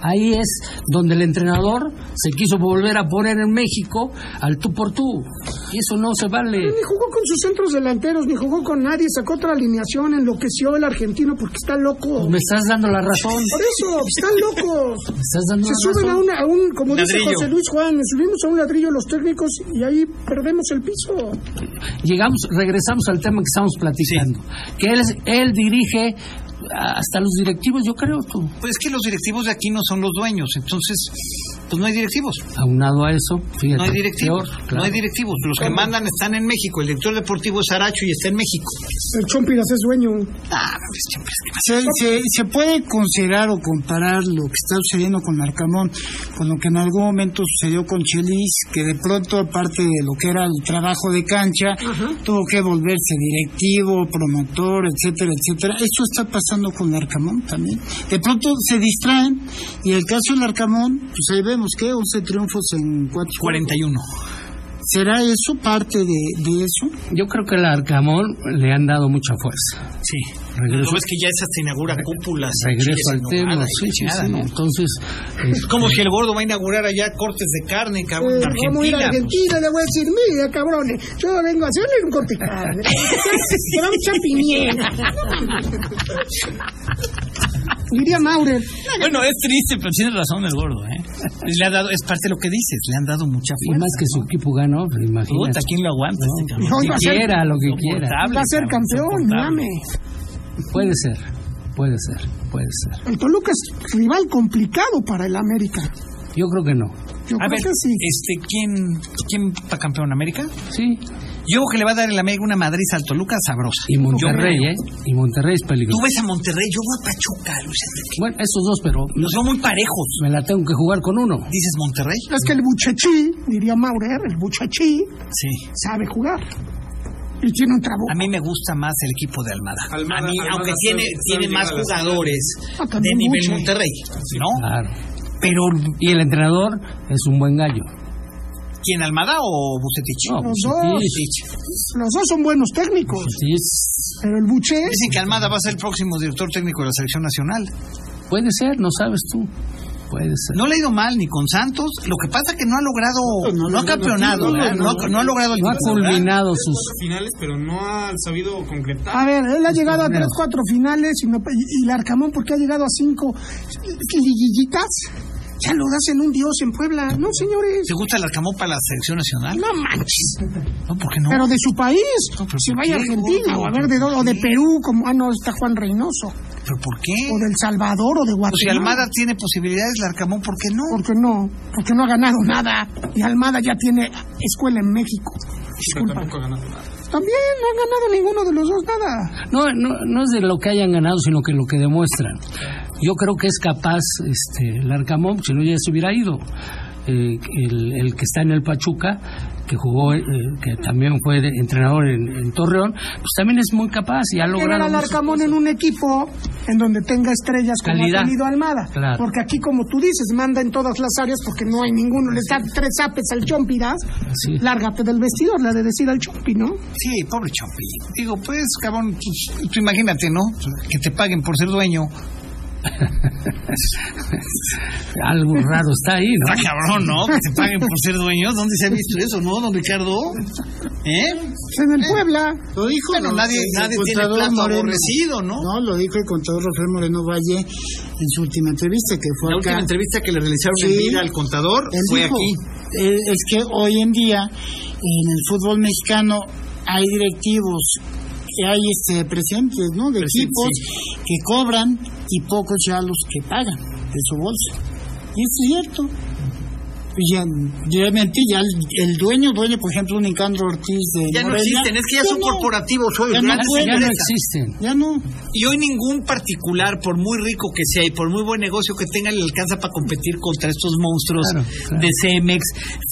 Speaker 4: Ahí es donde el entrenador se quiso volver a poner en México al tú por tú. Y eso no se vale.
Speaker 7: Ni jugó con sus centros delanteros, ni jugó con nadie, sacó otra alineación, enloqueció el argentino porque está loco.
Speaker 4: Me estás dando la razón.
Speaker 7: Por eso, están locos.
Speaker 4: Me estás dando
Speaker 7: Se
Speaker 4: la
Speaker 7: suben a,
Speaker 4: razón.
Speaker 7: una- a un, como dice
Speaker 3: Ladrillo.
Speaker 7: José Luis Juan, nos subimos a un ladrillo los técnicos y ahí perdemos el piso.
Speaker 4: llegamos, regresamos al tema que estamos platicando, que él, es- él dirige hasta los directivos, yo creo, tú.
Speaker 3: Pues es que los directivos de aquí no son los dueños, entonces, pues no hay directivos.
Speaker 4: aunado a eso, fíjate,
Speaker 3: No hay directivos,
Speaker 4: peor,
Speaker 3: no
Speaker 4: claro.
Speaker 3: hay directivos. Los que mandan están en México. El director deportivo es Aracho y está en México.
Speaker 7: El Chompiras es dueño.
Speaker 3: Ah, pues, siempre es que más.
Speaker 5: se, se- se puede considerar o comparar lo que está sucediendo con Arcamón con lo que en algún momento sucedió con Chelis, que de pronto, aparte de lo que era el trabajo de cancha, tuvo que volverse directivo, promotor, etcétera, etcétera. Eso está pasando con Arcamón también. De pronto se distraen y el caso del Arcamón, pues ahí vemos que 11 triunfos en 4
Speaker 3: 41.
Speaker 5: ¿Será eso parte de, de eso?
Speaker 4: Yo creo que al Arcamón le han dado mucha fuerza.
Speaker 3: Sí.
Speaker 4: Regreso,
Speaker 3: Lo ves que ya es hasta inaugura cúpulas.
Speaker 4: regreso
Speaker 3: Chile,
Speaker 4: al tema,
Speaker 3: nomada,
Speaker 4: sí, sí,
Speaker 3: chingada,
Speaker 4: sí.
Speaker 3: ¿no?
Speaker 4: Entonces,
Speaker 3: Es como si el gordo va a inaugurar allá cortes Ah, de carne, cabrón,
Speaker 7: Eh,
Speaker 3: en
Speaker 7: vamos a ir a
Speaker 3: Argentina. pues.
Speaker 7: Argentina, le voy a decir, mira, cabrones, yo vengo a hacerle un corte. de carne. Le vamos a echar pimienta. Diría Maurer.
Speaker 3: Bueno, es triste, pero tiene razón el gordo, ¿eh? Le ha dado, es parte de lo que dices, le han dado mucha
Speaker 4: y más que su equipo ganó, pues,
Speaker 3: Puta,
Speaker 4: imagínate.
Speaker 3: ¿quién lo aguanta?
Speaker 4: No,
Speaker 3: este cabrón?
Speaker 4: lo que
Speaker 7: va a ser-
Speaker 4: quiera, lo que quiera.
Speaker 3: Insoportable,
Speaker 7: Va a ser
Speaker 3: cabrón,
Speaker 7: campeón,
Speaker 3: insoportable.
Speaker 7: mames.
Speaker 4: Puede ser, puede ser, puede ser.
Speaker 7: El Toluca es rival complicado para el América.
Speaker 4: Yo creo que no.
Speaker 7: Yo
Speaker 3: A
Speaker 7: creo
Speaker 3: ver, eh,
Speaker 7: que sí.
Speaker 3: este, ¿quién, quién va campeón? ¿América?
Speaker 4: Sí,
Speaker 3: Yo creo que le va a dar el América una madriz al Toluca sabrosa.
Speaker 4: Y Monterrey, ¿eh? Y Monterrey es
Speaker 3: Tú
Speaker 4: peligroso.
Speaker 3: ves a Monterrey, yo voy a Pachuca, Luis Enrique.
Speaker 4: Bueno, esos dos, pero
Speaker 3: Nos veo muy parejos.
Speaker 4: me la tengo que jugar con uno.
Speaker 3: ¿Dices Monterrey?
Speaker 7: Es que el buchachí, diría Maurer, el buchachí
Speaker 3: Sí.
Speaker 7: sabe jugar. Y tiene un trabajo.
Speaker 3: A mí me gusta más el equipo de Almada.
Speaker 6: Almada-
Speaker 3: a mí,
Speaker 6: Almada
Speaker 3: aunque
Speaker 6: sabe-
Speaker 3: tiene,
Speaker 6: sabe
Speaker 3: tiene
Speaker 6: llegar a
Speaker 3: más
Speaker 6: las-
Speaker 3: jugadores
Speaker 7: Ah,
Speaker 3: de
Speaker 7: también
Speaker 3: nivel
Speaker 7: mucho.
Speaker 3: Monterrey,
Speaker 6: Ah.
Speaker 3: ¿no?
Speaker 4: Claro.
Speaker 3: Pero,
Speaker 4: Y el entrenador es un buen gallo.
Speaker 3: ¿quién Almada o Bucetich?
Speaker 4: No, pues,
Speaker 7: Los dos.
Speaker 4: Bucetich.
Speaker 7: Los dos son buenos
Speaker 4: pues,
Speaker 7: técnicos,
Speaker 4: Bucetich.
Speaker 7: pero el buche
Speaker 3: Dicen que Almada va a ser el próximo director técnico de la selección nacional.
Speaker 4: Puede ser, no sabes tú. Puede ser.
Speaker 3: No le ha ido mal ni con Santos. Lo que pasa que no ha logrado, no, ha campeonado, ¿verdad? no, ha- no ha logrado el
Speaker 4: No ha
Speaker 3: título, ¿verdad?
Speaker 4: culminado sus.
Speaker 6: Cuatro finales, pero no ha sabido concretar.
Speaker 7: A ver, él ha llegado a tres, cuatro finales y, no- y- y el Arcamón porque ha llegado a cinco liguillitas. Ya lo das en un dios en Puebla, ¿no, señores?
Speaker 3: ¿Te gusta el Arcamón para la selección nacional?
Speaker 7: No manches.
Speaker 3: No, ¿por qué no?
Speaker 7: Pero de su país,
Speaker 3: pero
Speaker 7: si
Speaker 3: ¿por
Speaker 7: vaya a
Speaker 3: qué?
Speaker 7: Argentina, o a ver, de, dónde- o de Perú, como, ah, no, está Juan Reynoso, o
Speaker 3: ¿Pero por qué?
Speaker 7: del Salvador, o de
Speaker 3: Pues si
Speaker 7: Guatemala.
Speaker 3: Almada tiene posibilidades, el Arcamón, ¿por qué no?
Speaker 7: Porque no, porque no ha ganado nada. Y Almada ya tiene escuela en México.
Speaker 6: pero
Speaker 7: Disculpa.
Speaker 6: tampoco ha ganado nada.
Speaker 7: También no ha ganado ninguno de los dos nada.
Speaker 4: No, no, no es de lo que hayan ganado, sino que lo que demuestran. Yo creo que es capaz este, el Arcamón, si no ya se hubiera ido. Eh, el, el que está en el Pachuca, que jugó, eh, que también fue de- entrenador en, en Torreón, pues también es muy capaz y ha
Speaker 7: Quiero
Speaker 4: logrado.
Speaker 7: al
Speaker 4: mucho.
Speaker 7: Arcamón en un equipo en donde tenga estrellas como
Speaker 4: Calidad.
Speaker 7: ha tenido Almada.
Speaker 4: Claro.
Speaker 7: Porque aquí, como tú dices, manda en todas las áreas porque no hay ninguno. Le da tres zapes al Chompiras.
Speaker 4: Así es.
Speaker 7: Lárgate del vestidor, le ha de decir al Chompi, ¿no? Pues
Speaker 3: Sí, pobre Chompi. Digo, pues, cabrón, tú, tú imagínate, ¿no? Que te paguen por ser dueño.
Speaker 4: Algo raro está ahí,
Speaker 3: Está
Speaker 4: ¿no?
Speaker 3: cabrón, ¿no? Que te paguen por ser dueño. ¿Dónde se ha visto eso, no, don Ricardo? ¿Eh?
Speaker 7: En el Puebla.
Speaker 5: Lo dijo
Speaker 3: Bueno,
Speaker 5: el-
Speaker 3: nadie,
Speaker 5: el
Speaker 3: nadie tiene
Speaker 5: contador
Speaker 3: plato
Speaker 5: Moreno.
Speaker 3: aborrecido, ¿no?
Speaker 5: No, lo dijo el contador Rafael Moreno Valle en su última entrevista, que fue
Speaker 3: La
Speaker 5: acá.
Speaker 3: última entrevista que le realizaron en
Speaker 5: Sí.
Speaker 3: vida al contador
Speaker 5: Él
Speaker 3: fue
Speaker 5: dijo,
Speaker 3: aquí.
Speaker 5: eh, Es que hoy en día en el fútbol mexicano hay directivos, que hay este, presentes, ¿no? De equipos que cobran y pocos ya los que pagan de su bolsa. Y es cierto. Y Ya, realmente ya el, el dueño, dueño, por ejemplo, un Nicandro Ortiz de
Speaker 3: Ya no
Speaker 5: Morelia,
Speaker 3: existen, es que ya son
Speaker 5: no,
Speaker 3: corporativos hoy.
Speaker 5: Ya no
Speaker 3: grandes
Speaker 5: pueden,
Speaker 4: Ya no
Speaker 3: empresas.
Speaker 4: existen.
Speaker 5: Ya no.
Speaker 3: Y hoy ningún particular, por muy rico que sea y por muy buen negocio que tenga, le alcanza para competir contra estos monstruos
Speaker 4: Claro, claro.
Speaker 3: de Cemex,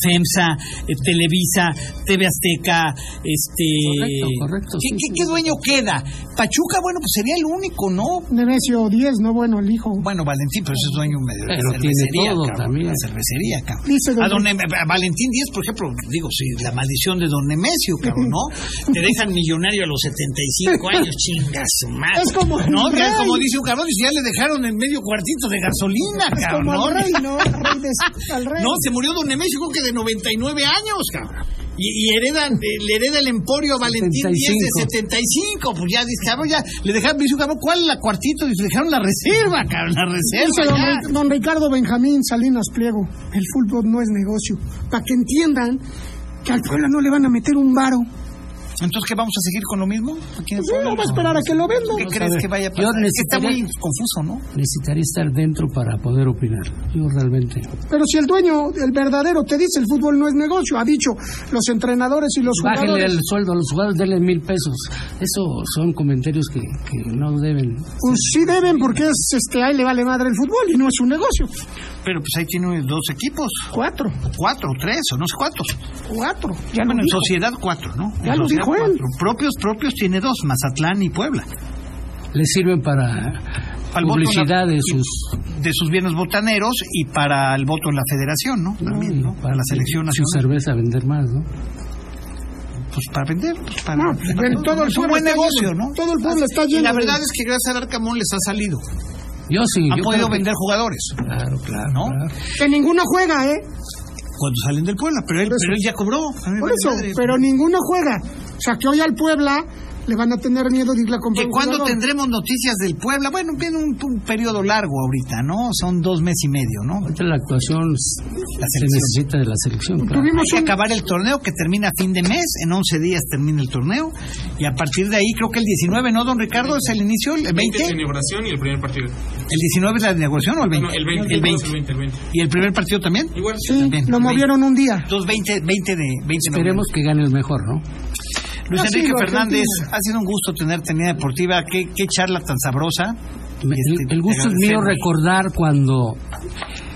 Speaker 3: FEMSA, eh, Televisa, TV Azteca, este...
Speaker 4: Correcto, correcto,
Speaker 3: ¿Qué,
Speaker 4: sí,
Speaker 3: qué-
Speaker 4: sí.
Speaker 3: qué dueño queda? Pachuca, bueno, pues sería el único, ¿no?
Speaker 7: Nemesio 10, no bueno, el hijo.
Speaker 3: Bueno, Valentín, pero ese es dueño medio de
Speaker 4: Pero
Speaker 3: la
Speaker 4: tiene
Speaker 3: cervecería,
Speaker 4: todo
Speaker 3: cabrón,
Speaker 4: también.
Speaker 3: la cervecería, cabrón.
Speaker 7: Dice
Speaker 3: A
Speaker 7: don-
Speaker 3: don Em- a Valentín Díez, por ejemplo, digo, sí, la maldición de Don Nemesio, cabrón, ¿no? Te dejan millonario a los 75 años, chinga su madre.
Speaker 7: Es como el
Speaker 3: ¿No? Ya,
Speaker 7: rey.
Speaker 3: como dice un cabrón, dice, ya le dejaron en medio cuartito de gasolina, cabrón.
Speaker 7: Como
Speaker 3: ¿no?
Speaker 7: al rey, ¿no? Al rey de- al rey.
Speaker 3: No, se murió Don Nemesio, creo que de 99 años, cabrón. Y, y heredan, eh, le hereda el emporio a Valentín Díez de 75. Pues ya, dice, cabrón, ya le dejaron, dice un cabrón, ¿cuál la cuartito? Dice, le dejaron la reserva, cabrón, la
Speaker 7: Dice
Speaker 3: reserva.
Speaker 7: don,
Speaker 3: ya.
Speaker 7: Ri- don Ricardo Benjamín Salinas Pliego, el fútbol no es negocio. Para que entiendan que al Puebla no le van a meter un varo.
Speaker 3: Entonces, ¿qué vamos a seguir con lo mismo? Aquí en
Speaker 7: Pues Sí,
Speaker 3: Puebla,
Speaker 7: no va a esperar a que lo vendan.
Speaker 3: ¿Qué crees que vaya a
Speaker 4: Yo
Speaker 3: pasar? Es que Está muy
Speaker 4: necesitaría-
Speaker 3: confuso, ¿no?
Speaker 4: Necesitaría estar dentro para poder opinar. Yo realmente.
Speaker 7: Pero si el dueño, el verdadero, te dice el fútbol no es negocio, ha dicho los entrenadores y los
Speaker 4: Bájenle
Speaker 7: jugadores.
Speaker 4: el sueldo a los jugadores, denle mil pesos. Eso son comentarios que, que no deben.
Speaker 7: Pues sí deben porque es, este, ahí le vale madre el fútbol y no es un negocio.
Speaker 3: Pero pues ahí tiene dos equipos,
Speaker 7: Cuatro,
Speaker 3: cuatro, tres, o no sé cuántos.
Speaker 7: cuatro. Ya
Speaker 3: bueno,
Speaker 7: lo
Speaker 3: en
Speaker 7: dijo.
Speaker 3: sociedad cuatro, ¿no?
Speaker 7: Ya
Speaker 3: En
Speaker 7: lo
Speaker 3: sociedad
Speaker 7: dijo él.
Speaker 3: cuatro. Propios, propios tiene dos, Mazatlán y Puebla.
Speaker 4: Les sirven para
Speaker 3: Al voto
Speaker 4: publicidad
Speaker 3: en la-
Speaker 4: de
Speaker 3: y-
Speaker 4: sus.
Speaker 3: De sus bienes botaneros y para el voto en la federación, ¿no? También, ¿no? Para la selección
Speaker 4: Su
Speaker 3: nacional.
Speaker 4: cerveza vender más, ¿no?
Speaker 3: Pues para vender, pues para...
Speaker 7: No, pues,
Speaker 3: para-
Speaker 7: en todo el
Speaker 3: es un
Speaker 7: pueblo
Speaker 3: buen
Speaker 7: está
Speaker 3: negocio,
Speaker 7: lleno,
Speaker 3: ¿no?
Speaker 7: todo el pueblo está
Speaker 3: Y
Speaker 7: lleno
Speaker 3: la
Speaker 7: de-
Speaker 3: verdad es que gracias al Arcamón les ha salido.
Speaker 4: Yo sí.
Speaker 3: Han
Speaker 4: yo
Speaker 3: podido
Speaker 4: creo que-
Speaker 3: vender jugadores,
Speaker 4: Claro, claro.
Speaker 3: ¿no?
Speaker 4: claro.
Speaker 7: Que ninguno juega, ¿eh?
Speaker 3: Cuando salen del Puebla, pero él, pero él ya cobró. A mí
Speaker 7: Por
Speaker 3: me
Speaker 7: eso,
Speaker 3: madre. pues.
Speaker 7: pero ninguno juega. O sea, que hoy al Puebla le van a tener miedo de irle a comprar
Speaker 3: ¿Que
Speaker 7: un
Speaker 3: cuándo
Speaker 7: jugador.
Speaker 3: tendremos noticias del Puebla? Bueno, viene un, un periodo largo ahorita, ¿no? Son dos meses y medio, ¿no?
Speaker 4: Ahorita la actuación se
Speaker 3: selección.
Speaker 4: necesita de la selección, claro.
Speaker 7: Tuvimos
Speaker 3: Hay que
Speaker 7: un-
Speaker 3: acabar el torneo que termina a fin de mes, en 11 días termina el torneo, y a partir de ahí creo que el 19, ¿no, don Ricardo? ¿Es el inicio? ¿El 20?
Speaker 6: de inauguración y el primer partido. Ah,
Speaker 3: ¿El 19 es la inauguración o el 20?
Speaker 6: No, el 20.
Speaker 3: El
Speaker 6: El 20, el 20.
Speaker 3: ¿Y el primer partido también?
Speaker 6: Igual.
Speaker 7: Sí,
Speaker 3: También,
Speaker 7: lo
Speaker 3: el
Speaker 7: movieron un día.
Speaker 3: Dos 20, 20 de 20 de
Speaker 4: Esperemos que gane el mejor, ¿no?
Speaker 3: noviembre. Luis
Speaker 7: Ha
Speaker 3: Enrique
Speaker 7: sido
Speaker 3: Fernández,
Speaker 7: argentino.
Speaker 3: ha sido un gusto tenerte en línea deportiva. Qué, qué charla tan sabrosa.
Speaker 4: Me-
Speaker 3: Este,
Speaker 4: El, el gusto es mío recordar cuando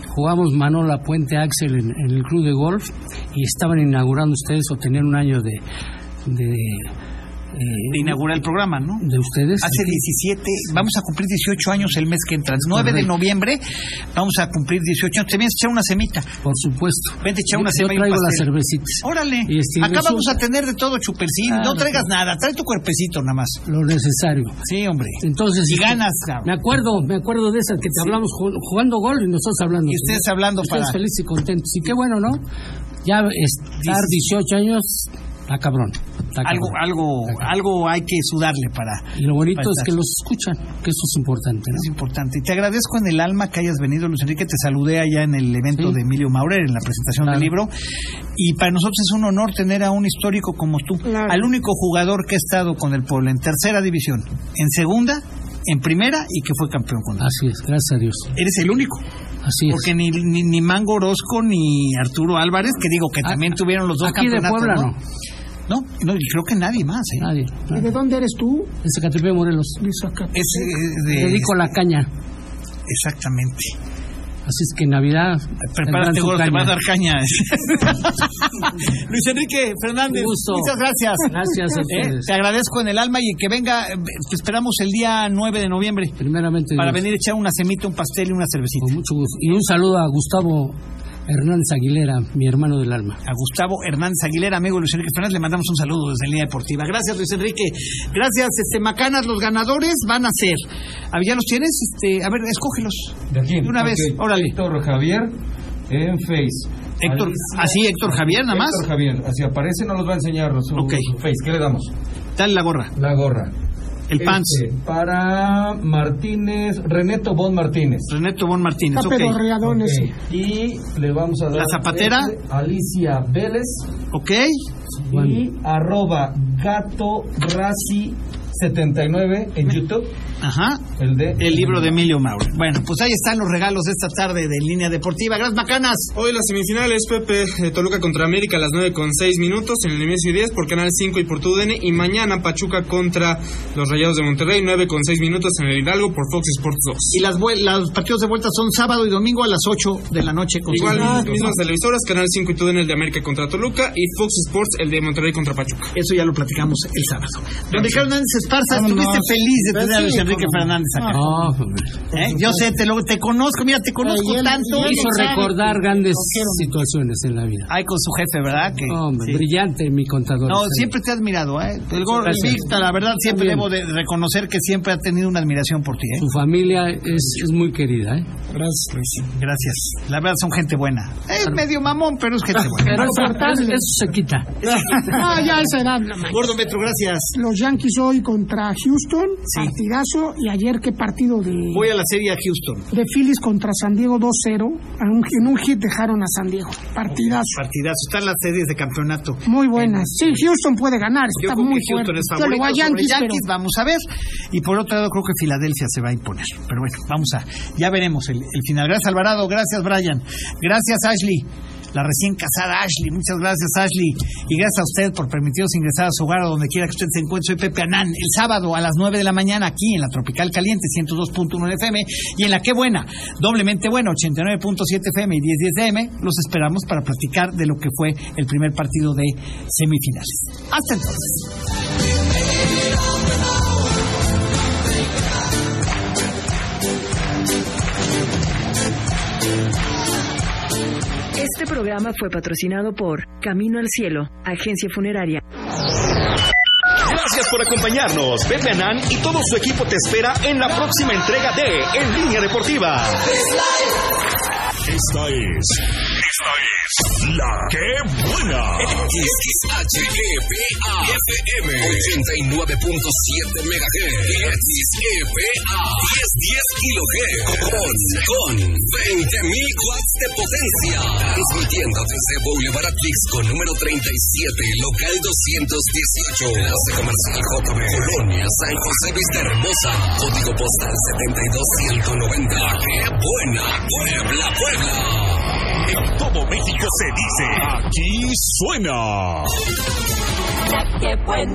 Speaker 4: jugamos Manola Puente Axel en, en el club de golf y estaban inaugurando ustedes o tenían un año de de, eh,
Speaker 3: Inaugura el programa, ¿no?
Speaker 4: de ustedes.
Speaker 3: Hace 17, vamos a cumplir 18 años el mes que entra. El 9 de
Speaker 4: Correcto.
Speaker 3: noviembre vamos a cumplir 18 años. Te vienes a echar una semita.
Speaker 4: Por supuesto.
Speaker 3: Vente, echa una
Speaker 4: Yo
Speaker 3: ceba y un
Speaker 4: traigo las
Speaker 3: pastel.
Speaker 4: cervecitas.
Speaker 3: Órale,
Speaker 4: Y este,
Speaker 3: acá
Speaker 4: resulta-
Speaker 3: vamos a tener de todo chupercín. no
Speaker 4: Claro,
Speaker 3: traigas nada, trae tu cuerpecito nada más.
Speaker 4: Lo necesario.
Speaker 3: Sí, hombre.
Speaker 4: Entonces,
Speaker 3: Y
Speaker 4: este,
Speaker 3: ganas, cabrón.
Speaker 4: me acuerdo, me acuerdo de esa que te hablamos ju- jugando gol y nosotros hablando.
Speaker 3: Y ustedes hablando
Speaker 4: Ustedes
Speaker 3: para-
Speaker 4: felices y contentos. Y qué bueno, ¿no? Ya estar 18 años, está cabrón. está
Speaker 3: Algo,
Speaker 4: cabrón.
Speaker 3: algo, algo hay que sudarle para.
Speaker 4: Y lo bonito
Speaker 3: para
Speaker 4: es
Speaker 3: estar.
Speaker 4: que los escuchan, que eso es importante,
Speaker 3: Es
Speaker 4: ¿no?
Speaker 3: importante. Y te agradezco en el alma que hayas venido, Luis Enrique. Te saludé allá en el evento
Speaker 4: Sí.
Speaker 3: de Emilio Maurer, en la presentación
Speaker 4: Claro.
Speaker 3: del libro. Y para nosotros es un honor tener a un histórico como tú,
Speaker 7: Claro.
Speaker 3: al único jugador que ha estado con el pueblo en tercera división, en segunda, en primera y que fue campeón con él.
Speaker 4: Así es, gracias a Dios.
Speaker 3: Eres el único.
Speaker 4: Así es.
Speaker 3: Porque ni, ni, ni Mango Orozco ni Arturo Álvarez, que digo que
Speaker 4: Ah,
Speaker 3: también tuvieron los dos
Speaker 4: Aquí de
Speaker 3: campeonatos.
Speaker 4: Puebla no,
Speaker 3: no, no, y creo que nadie más. ¿eh?
Speaker 4: nadie.
Speaker 7: ¿Y de dónde eres tú?
Speaker 4: En Zacatepec, Morelos.
Speaker 7: De Zacatecas.
Speaker 3: Es, eh, de-
Speaker 4: Dedico la caña.
Speaker 3: Exactamente.
Speaker 4: Así es que en Navidad. tendrán
Speaker 3: Prepárate,
Speaker 4: su
Speaker 3: gordo, te
Speaker 4: caña.
Speaker 3: va a dar caña. Luis Enrique Fernández,
Speaker 4: Un gusto.
Speaker 3: muchas gracias.
Speaker 4: Gracias a
Speaker 3: Eh,
Speaker 4: ustedes.
Speaker 3: te agradezco en el alma y que venga, eh, te esperamos el día 9 de noviembre
Speaker 4: Primeramente,
Speaker 3: para
Speaker 4: Dios.
Speaker 3: venir a echar una semita, un pastel y una cervecita.
Speaker 4: Con mucho gusto. Y un saludo a Gustavo Hernández Aguilera, mi hermano del alma.
Speaker 3: A Gustavo Hernández Aguilera, amigo de Luis Enrique Fernández, le mandamos un saludo desde Línea Deportiva. Gracias, Luis Enrique. Gracias, este Macanas. Los ganadores van a ser. ¿Ah, ¿Ya los tienes? Este, a ver, escógelos.
Speaker 9: ¿De quién?
Speaker 3: una vez,
Speaker 9: Ok,
Speaker 3: órale.
Speaker 9: Héctor Javier en Face.
Speaker 3: Héctor,
Speaker 9: Alicia-
Speaker 3: así Héctor Javier, nada más.
Speaker 9: Héctor Javier, así aparece, no los va a enseñar su,
Speaker 3: Ok.
Speaker 9: su Face. ¿Qué le damos?
Speaker 3: Dale la gorra,
Speaker 9: La gorra.
Speaker 3: el pants.
Speaker 9: Este, para Martínez, Reneto Bon Martínez.
Speaker 3: Reneto Bon Martínez,
Speaker 7: Está
Speaker 3: ok.
Speaker 7: pedorreadón ese.
Speaker 9: Ok, Y le vamos a dar.
Speaker 3: La zapatera.
Speaker 9: este, Alicia Vélez.
Speaker 3: Ok,
Speaker 9: Y arroba gato raci 79 en YouTube.
Speaker 3: ajá.
Speaker 9: El de.
Speaker 3: El libro de Emilio Mauro. Bueno, pues ahí están los regalos de esta tarde de Línea Deportiva. Gracias, Macanas.
Speaker 6: Hoy las semifinales, Pepe, eh, Toluca contra América a las 9 con 6 minutos en el Nemesio y 10 por Canal 5 y por TUDN y mañana Pachuca contra los Rayados de Monterrey 9 con 6 minutos en el Hidalgo por Fox Sports 2.
Speaker 3: Y las vuel- los partidos de vuelta son sábado y domingo a las 8 de la noche. Con
Speaker 6: Igual
Speaker 3: sus-
Speaker 6: las mismas televisoras, Canal 5 y TUDN el de América contra Toluca y Fox Sports el de Monterrey contra Pachuca.
Speaker 3: Eso ya lo platicamos el sábado. Don Ricardo Hernández Esparza,
Speaker 5: Vámonos.
Speaker 3: estuviste feliz de
Speaker 5: Pues
Speaker 3: tener a
Speaker 5: sí,
Speaker 3: Luis Enrique
Speaker 5: cómo no.
Speaker 3: Fernández acá.
Speaker 4: No, pues
Speaker 3: ¿Eh? Yo sé, te, lo, te conozco, mira, te conozco
Speaker 5: Ay, él-
Speaker 3: tanto.
Speaker 5: él
Speaker 4: hizo
Speaker 5: sabe
Speaker 4: recordar
Speaker 5: que-
Speaker 4: grandes
Speaker 5: lo quiero mucho.
Speaker 4: situaciones en la vida.
Speaker 3: Ay, con su jefe, ¿verdad? Que,
Speaker 4: Hombre,
Speaker 3: sí.
Speaker 4: brillante mi contador.
Speaker 3: No,
Speaker 4: Sí.
Speaker 3: siempre te he admirado, ¿eh? El gol
Speaker 4: gracias.
Speaker 3: Victa, la verdad, siempre
Speaker 4: También.
Speaker 3: debo de reconocer que siempre ha tenido una admiración por ti, ¿eh?
Speaker 4: Su familia es, es muy querida, ¿eh?
Speaker 3: Pues Gracias. La verdad, son gente buena. Es medio mamón, pero es gente buena.
Speaker 4: Pero eso, eso se quita.
Speaker 7: Ah, ya esa edad, la madre.
Speaker 3: Gordo Metro, gracias.
Speaker 7: Los Yankees hoy contra Houston, partidazo, y ayer qué partido de,
Speaker 3: Voy a la serie a Houston.
Speaker 7: de Phillies contra San Diego 2-0. A un- En un hit dejaron a San Diego. Partidazo.
Speaker 3: Partidazo. Están las series de campeonato.
Speaker 7: Muy buenas. Sí, Houston puede ganar.
Speaker 3: Yo
Speaker 7: Está
Speaker 3: creo
Speaker 7: muy
Speaker 3: que Houston
Speaker 7: fuerte.
Speaker 3: es
Speaker 7: Yo le
Speaker 3: favorito
Speaker 7: voy a
Speaker 3: sobre
Speaker 7: Yankees, pero
Speaker 3: Yankees, vamos a ver. Y por otro lado, creo que Filadelfia se va a imponer. Pero bueno, vamos a... Ya veremos el, el final. Gracias, Alvarado. Gracias, Brian. Gracias, Ashley. La recién casada Ashley. Muchas gracias, Ashley. Y gracias a usted por permitirnos ingresar a su hogar, a donde quiera que usted se encuentre. Soy Pepe Anán. El sábado a las 9 de la mañana, aquí en la Tropical Caliente, 102.1 FM. Y en la Qué Buena, doblemente buena, 89.7 FM y 1010 DM. Los esperamos para platicar de lo que fue el primer partido de semifinales. Hasta entonces.
Speaker 1: Este programa fue patrocinado por Camino al Cielo, agencia funeraria.
Speaker 2: Gracias por acompañarnos. Pepe Anán y todo su equipo te espera en la próxima entrega de En Línea Deportiva.
Speaker 8: Esta es. Esta es. La que buena.
Speaker 10: XHEPA-FM 89.7 MHz XEPA 1010 kHz con, con 20.000 watts de potencia transmitiendo desde Boulevard Atlix con número 37 local 218 Plaza Comercial JB Colonia San José Vista Hermosa código postal 72190 ¡Qué buena Puebla Puebla!
Speaker 8: En todo México se dice. Aquí suena.
Speaker 11: qué buena.